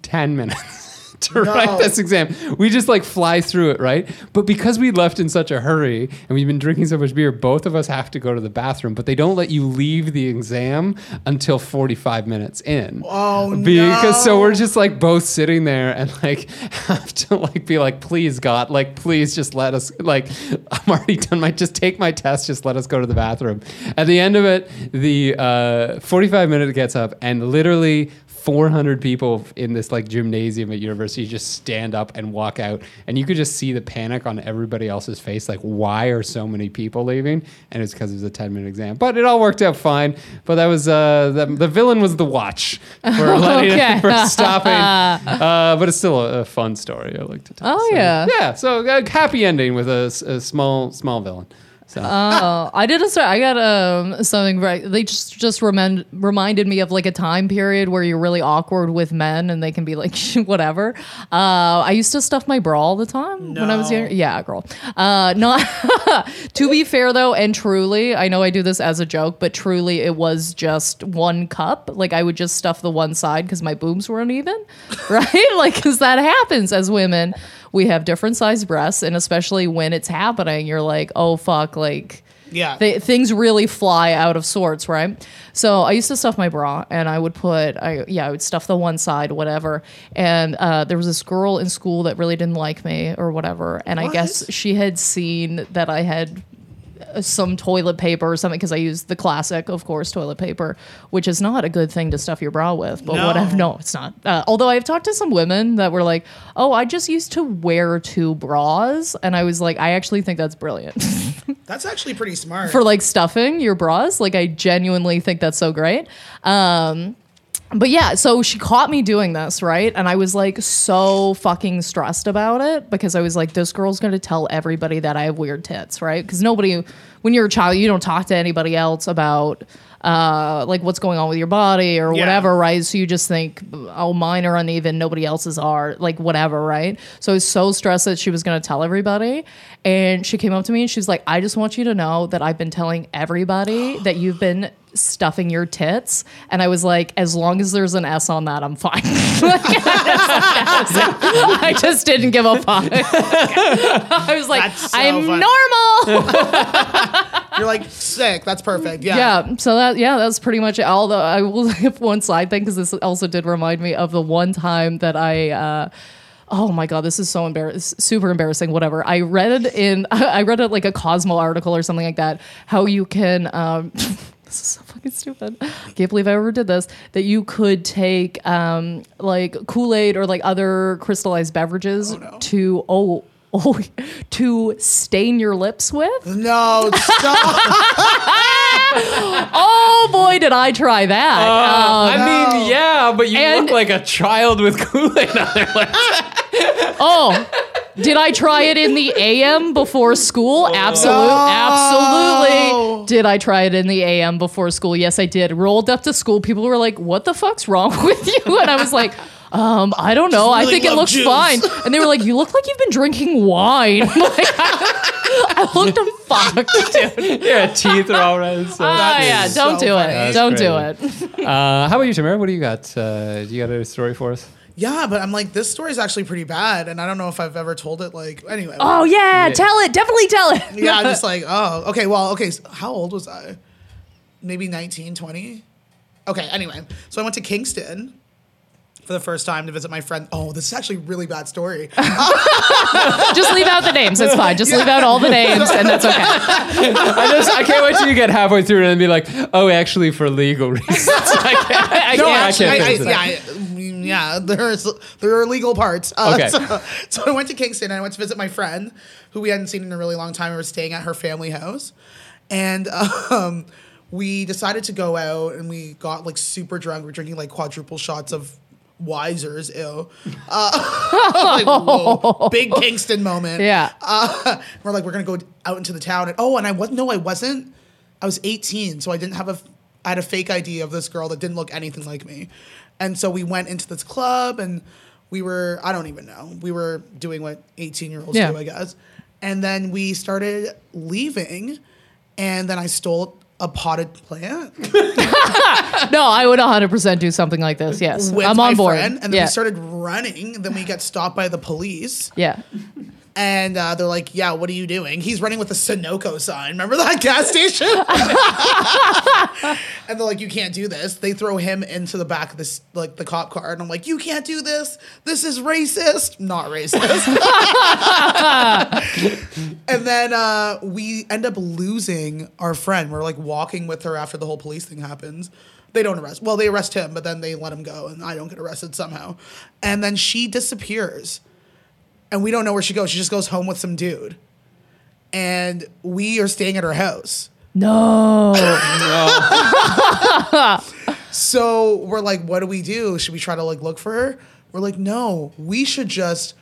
[SPEAKER 2] 10 minutes to write this exam. We just like fly through it, right? But because we left in such a hurry and we've been drinking so much beer, both of us have to go to the bathroom, but they don't let you leave the exam until 45 minutes in.
[SPEAKER 3] Oh,
[SPEAKER 2] Because so
[SPEAKER 3] no.
[SPEAKER 2] we're just like both sitting there and like have to like be like, please God, like please just let us like I'm already done my just take my test, just let us go to the bathroom. At the end of it, the uh, 45 minute gets up and literally 400 people in this like gymnasium at university just stand up and walk out and you could just see the panic on everybody else's face like why are so many people leaving and it's because it was a 10 minute exam but it all worked out fine but that was uh the, the villain was the watch for, letting,
[SPEAKER 1] Okay.
[SPEAKER 2] for stopping uh, but it's still a, a fun story i like to tell
[SPEAKER 1] Oh,
[SPEAKER 2] So,
[SPEAKER 1] yeah.
[SPEAKER 2] yeah so a happy ending with a, s- a small small villain so
[SPEAKER 1] oh, I did a story. I got um something right. They just just remind, reminded me of like a time period where you're really awkward with men and they can be like whatever. Uh, I used to stuff my bra all the time when I was
[SPEAKER 3] No.
[SPEAKER 1] younger. Yeah, girl. Uh, not to be fair though, and truly, I know I do this as a joke, but truly, it was just one cup. Like I would just stuff the one side because my boobs weren't even right. like because that happens as women, we have different sized breasts, and especially when it's happening, you're like, oh fuck, like
[SPEAKER 3] Yeah.
[SPEAKER 1] th- things really fly out of sorts, right? So I used to stuff my bra, and I would put, I yeah, I would stuff the one side, whatever. And uh, there was this girl in school that really didn't like me or whatever, and I guess she had seen that I had uh, some toilet paper or something because I used the classic, of course, toilet paper, which is not a good thing to stuff your bra with. But
[SPEAKER 3] No.
[SPEAKER 1] whatever, no, it's not. Uh, although I've talked to some women that were like, "Oh, I just used to wear two bras," and I was like, "I actually think that's brilliant."
[SPEAKER 3] That's actually pretty smart.
[SPEAKER 1] for like stuffing your bras. Like I genuinely think that's so great. Um, But yeah, so she caught me doing this, right? And I was like so fucking stressed about it because I was like, this girl's gonna tell everybody that I have weird tits, right? Because nobody, when you're a child, you don't talk to anybody else about uh, like what's going on with your body or
[SPEAKER 3] Yeah.
[SPEAKER 1] whatever, right? So you just think, oh, mine are uneven, nobody else's are, like whatever, right? So I was so stressed that she was gonna tell everybody. And she came up to me and she's like, I just want you to know that I've been telling everybody that you've been stuffing your tits and i was like as long as there's an s on that i'm fine Like, I, just, I just didn't give a fuck i was like
[SPEAKER 3] That's so
[SPEAKER 1] i'm
[SPEAKER 3] funny.
[SPEAKER 1] normal
[SPEAKER 3] You're like sick. That's perfect. Yeah.
[SPEAKER 1] yeah so that yeah that's pretty much it although i will have one side thing because this also did remind me of the one time that i uh Oh my god, this is so embarrassing, super embarrassing. Whatever. I read in, I read it like a Cosmo article or something like that. How you can, um, this is so fucking stupid. Can't believe I ever did this. That you could take um, like Kool Aid or like other crystallized beverages to oh oh to stain your lips with.
[SPEAKER 3] No, stop.
[SPEAKER 1] Oh boy, did I try that. Um,
[SPEAKER 2] I mean, yeah, but you
[SPEAKER 1] And-
[SPEAKER 2] look like a child with Kool Aid on their lips.
[SPEAKER 1] Oh, did I try it in the AM before school? Absolutely.
[SPEAKER 3] No.
[SPEAKER 1] Absolutely. Did I try it in the AM before school? Yes, I did. Rolled up to school. People were like, what the fuck's wrong with you? And I was like, um, I don't know. I
[SPEAKER 3] really
[SPEAKER 1] think it
[SPEAKER 3] love
[SPEAKER 1] looks
[SPEAKER 3] juice."
[SPEAKER 1] fine. And they were like, you look like you've been drinking wine. Like, I, I looked a fuck, dude.
[SPEAKER 2] Your teeth are all red. So. Uh,
[SPEAKER 1] Oh, yeah.
[SPEAKER 3] is
[SPEAKER 1] Don't
[SPEAKER 3] so
[SPEAKER 1] do
[SPEAKER 3] funny.
[SPEAKER 1] it.
[SPEAKER 2] That's
[SPEAKER 1] Don't do it.
[SPEAKER 2] crazy. how about you, Tamara? What do you got? Uh, do you got a story for us?
[SPEAKER 3] yeah, but I'm like, this story's actually pretty bad, and I don't know if I've ever told it. Like, anyway.
[SPEAKER 1] Oh, yeah. Tell it. Definitely tell it.
[SPEAKER 3] yeah, I'm just like, oh, okay, well, okay, so how old was I? Maybe 19, 20? Okay, anyway. So I went to Kingston for the first time to visit my friend. Oh, this is actually a really bad story.
[SPEAKER 1] Just leave out the names. It's fine. Just leave out all the names, and that's okay.
[SPEAKER 2] I just I can't wait till you get halfway through it and be like, oh, actually, for legal reasons. I can't, I
[SPEAKER 3] no,
[SPEAKER 2] can't- I
[SPEAKER 3] actually,
[SPEAKER 2] can't
[SPEAKER 3] I, I,
[SPEAKER 2] finish that.
[SPEAKER 3] yeah, I- mm, yeah, there's there are legal parts. Uh,
[SPEAKER 2] Okay.
[SPEAKER 3] So, so I went to Kingston and I went to visit my friend who we hadn't seen in a really long time. We were staying at her family house, and um, we decided to go out and we got like super drunk. We're drinking like quadruple shots of. Wisers, ew. Uh, like, whoa, big Kingston moment.
[SPEAKER 1] Yeah.
[SPEAKER 3] Uh, we're like, we're gonna go out into the town, and oh, and I was no, I wasn't. I was 18, so I didn't have a. I had a fake ID of this girl that didn't look anything like me, and so we went into this club, and we were. I don't even know. We were doing what 18 year olds
[SPEAKER 1] Yeah.
[SPEAKER 3] do, I guess. And then we started leaving, and then I stole a potted plant
[SPEAKER 1] No, I would 100% do something like this. Yes.
[SPEAKER 3] with
[SPEAKER 1] I'm
[SPEAKER 3] my
[SPEAKER 1] on board.
[SPEAKER 3] friend, and then
[SPEAKER 1] yeah.
[SPEAKER 3] we started running. Then we got stopped by the police.
[SPEAKER 1] yeah.
[SPEAKER 3] And uh, they're like, yeah, what are you doing? He's running with a Sunoco sign. Remember that gas station? and they're like, you can't do this. They throw him into the back of this, like the cop car. And I'm like, you can't do this. This is racist. Not racist. and then uh, we end up losing our friend. We're like walking with her after the whole police thing happens. They don't arrest. Well, they arrest him, but then they let him go, and I don't get arrested somehow. And then she disappears and we don't know where she goes. She just goes home with some dude. And we are staying at her house.
[SPEAKER 1] No.
[SPEAKER 3] So we're like, what do we do? Should we try to like look for her? We're like, no, we should just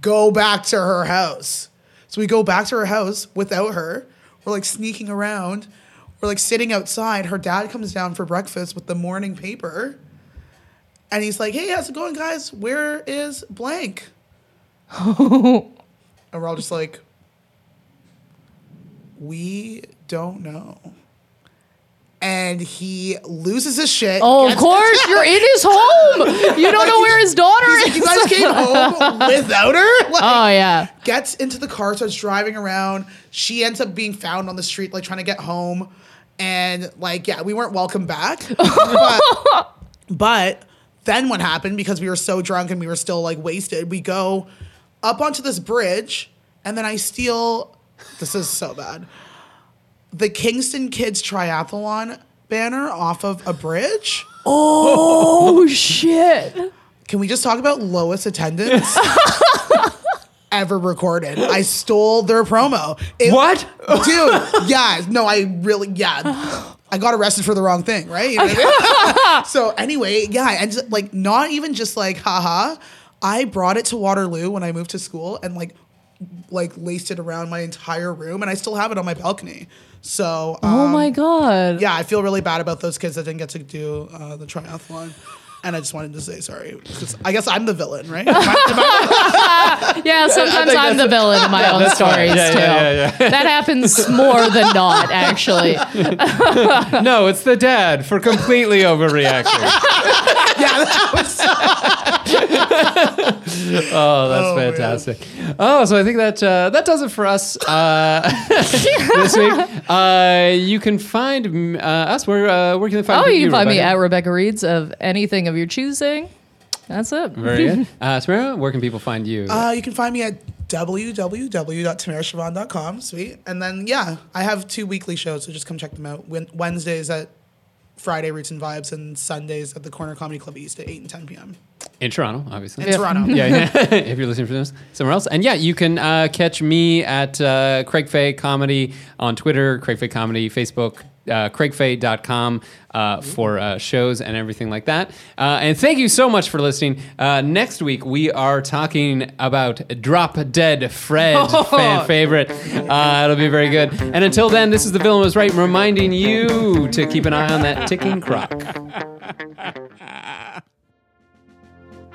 [SPEAKER 3] go back to her house. So we go back to her house without her. We're like sneaking around. We're like sitting outside. Her dad comes down for breakfast with the morning paper. And he's like, hey, how's it going, guys? Where is blank? and we're all just like, we don't know. And he loses his shit.
[SPEAKER 1] oh, of
[SPEAKER 3] gets-
[SPEAKER 1] course. You're in his home. You don't know where his daughter
[SPEAKER 3] He's like,
[SPEAKER 1] is.
[SPEAKER 3] you guys came home without her? Like,
[SPEAKER 1] Oh, yeah.
[SPEAKER 3] gets into the car, starts driving around. She ends up being found on the street, like trying to get home. And like, yeah, we weren't welcome back. but, but then what happened, because we were so drunk and we were still like wasted, we go up onto this bridge, and then I steal this is so bad. The Kingston Kids Triathlon banner off of a bridge.
[SPEAKER 1] Oh, shit.
[SPEAKER 3] Can we just talk about lowest attendance ever recorded? I stole their promo. It-
[SPEAKER 2] What?
[SPEAKER 3] Dude, yeah, no, I really, yeah. I got arrested for the wrong thing, right? You know what I mean? so anyway, yeah, and just, like not even just like haha. I brought it to Waterloo when I moved to school and like like laced it around my entire room and I still have it on my balcony. So um,
[SPEAKER 1] oh my god.
[SPEAKER 3] yeah, I feel really bad about those kids that didn't get to do uh, the triathlon. And I just wanted to say sorry. 'Cause I guess I'm the villain, right? Am I- am I-
[SPEAKER 1] Yeah, sometimes I'm the villain in my own
[SPEAKER 2] that's fine.
[SPEAKER 1] stories
[SPEAKER 2] Yeah,
[SPEAKER 1] too.
[SPEAKER 2] yeah, yeah,
[SPEAKER 1] That happens more than not, actually.
[SPEAKER 2] No, it's the dad for completely overreacting.
[SPEAKER 3] yeah, that was-
[SPEAKER 2] Oh, that's
[SPEAKER 3] Oh, man.
[SPEAKER 2] fantastic. Oh, so I think that uh, that does it for us uh, this week. Uh, you can find mm, uh, us. Where uh, where can they find
[SPEAKER 1] Oh, you can find me
[SPEAKER 2] Rebecca?
[SPEAKER 1] at Rebecca Reads of anything of your choosing. That's it.
[SPEAKER 2] Very good. Uh, Samara, where can people find you?
[SPEAKER 3] uh, you can find me at www.tamarashavon.com. Sweet. And then, yeah, I have two weekly shows, so just come check them out. Wen- Wednesdays at Friday Roots and Vibes and Sundays at the Corner Comedy Club East at 8 and 10 p.m.
[SPEAKER 2] in Toronto, obviously.
[SPEAKER 3] in Toronto.
[SPEAKER 2] yeah, yeah. if you're listening from this somewhere else. And yeah, you can uh, catch me at uh, Craig Fay Comedy on Twitter, Craig Fay Comedy, Facebook, uh, craigfay.com uh, for uh, shows and everything like that. Uh, and thank you so much for listening. Uh, next week, we are talking about Drop Dead Fred, fan favorite. Uh, it'll be very good. And until then, this is The Villain Was Right, reminding you to keep an eye on that ticking clock.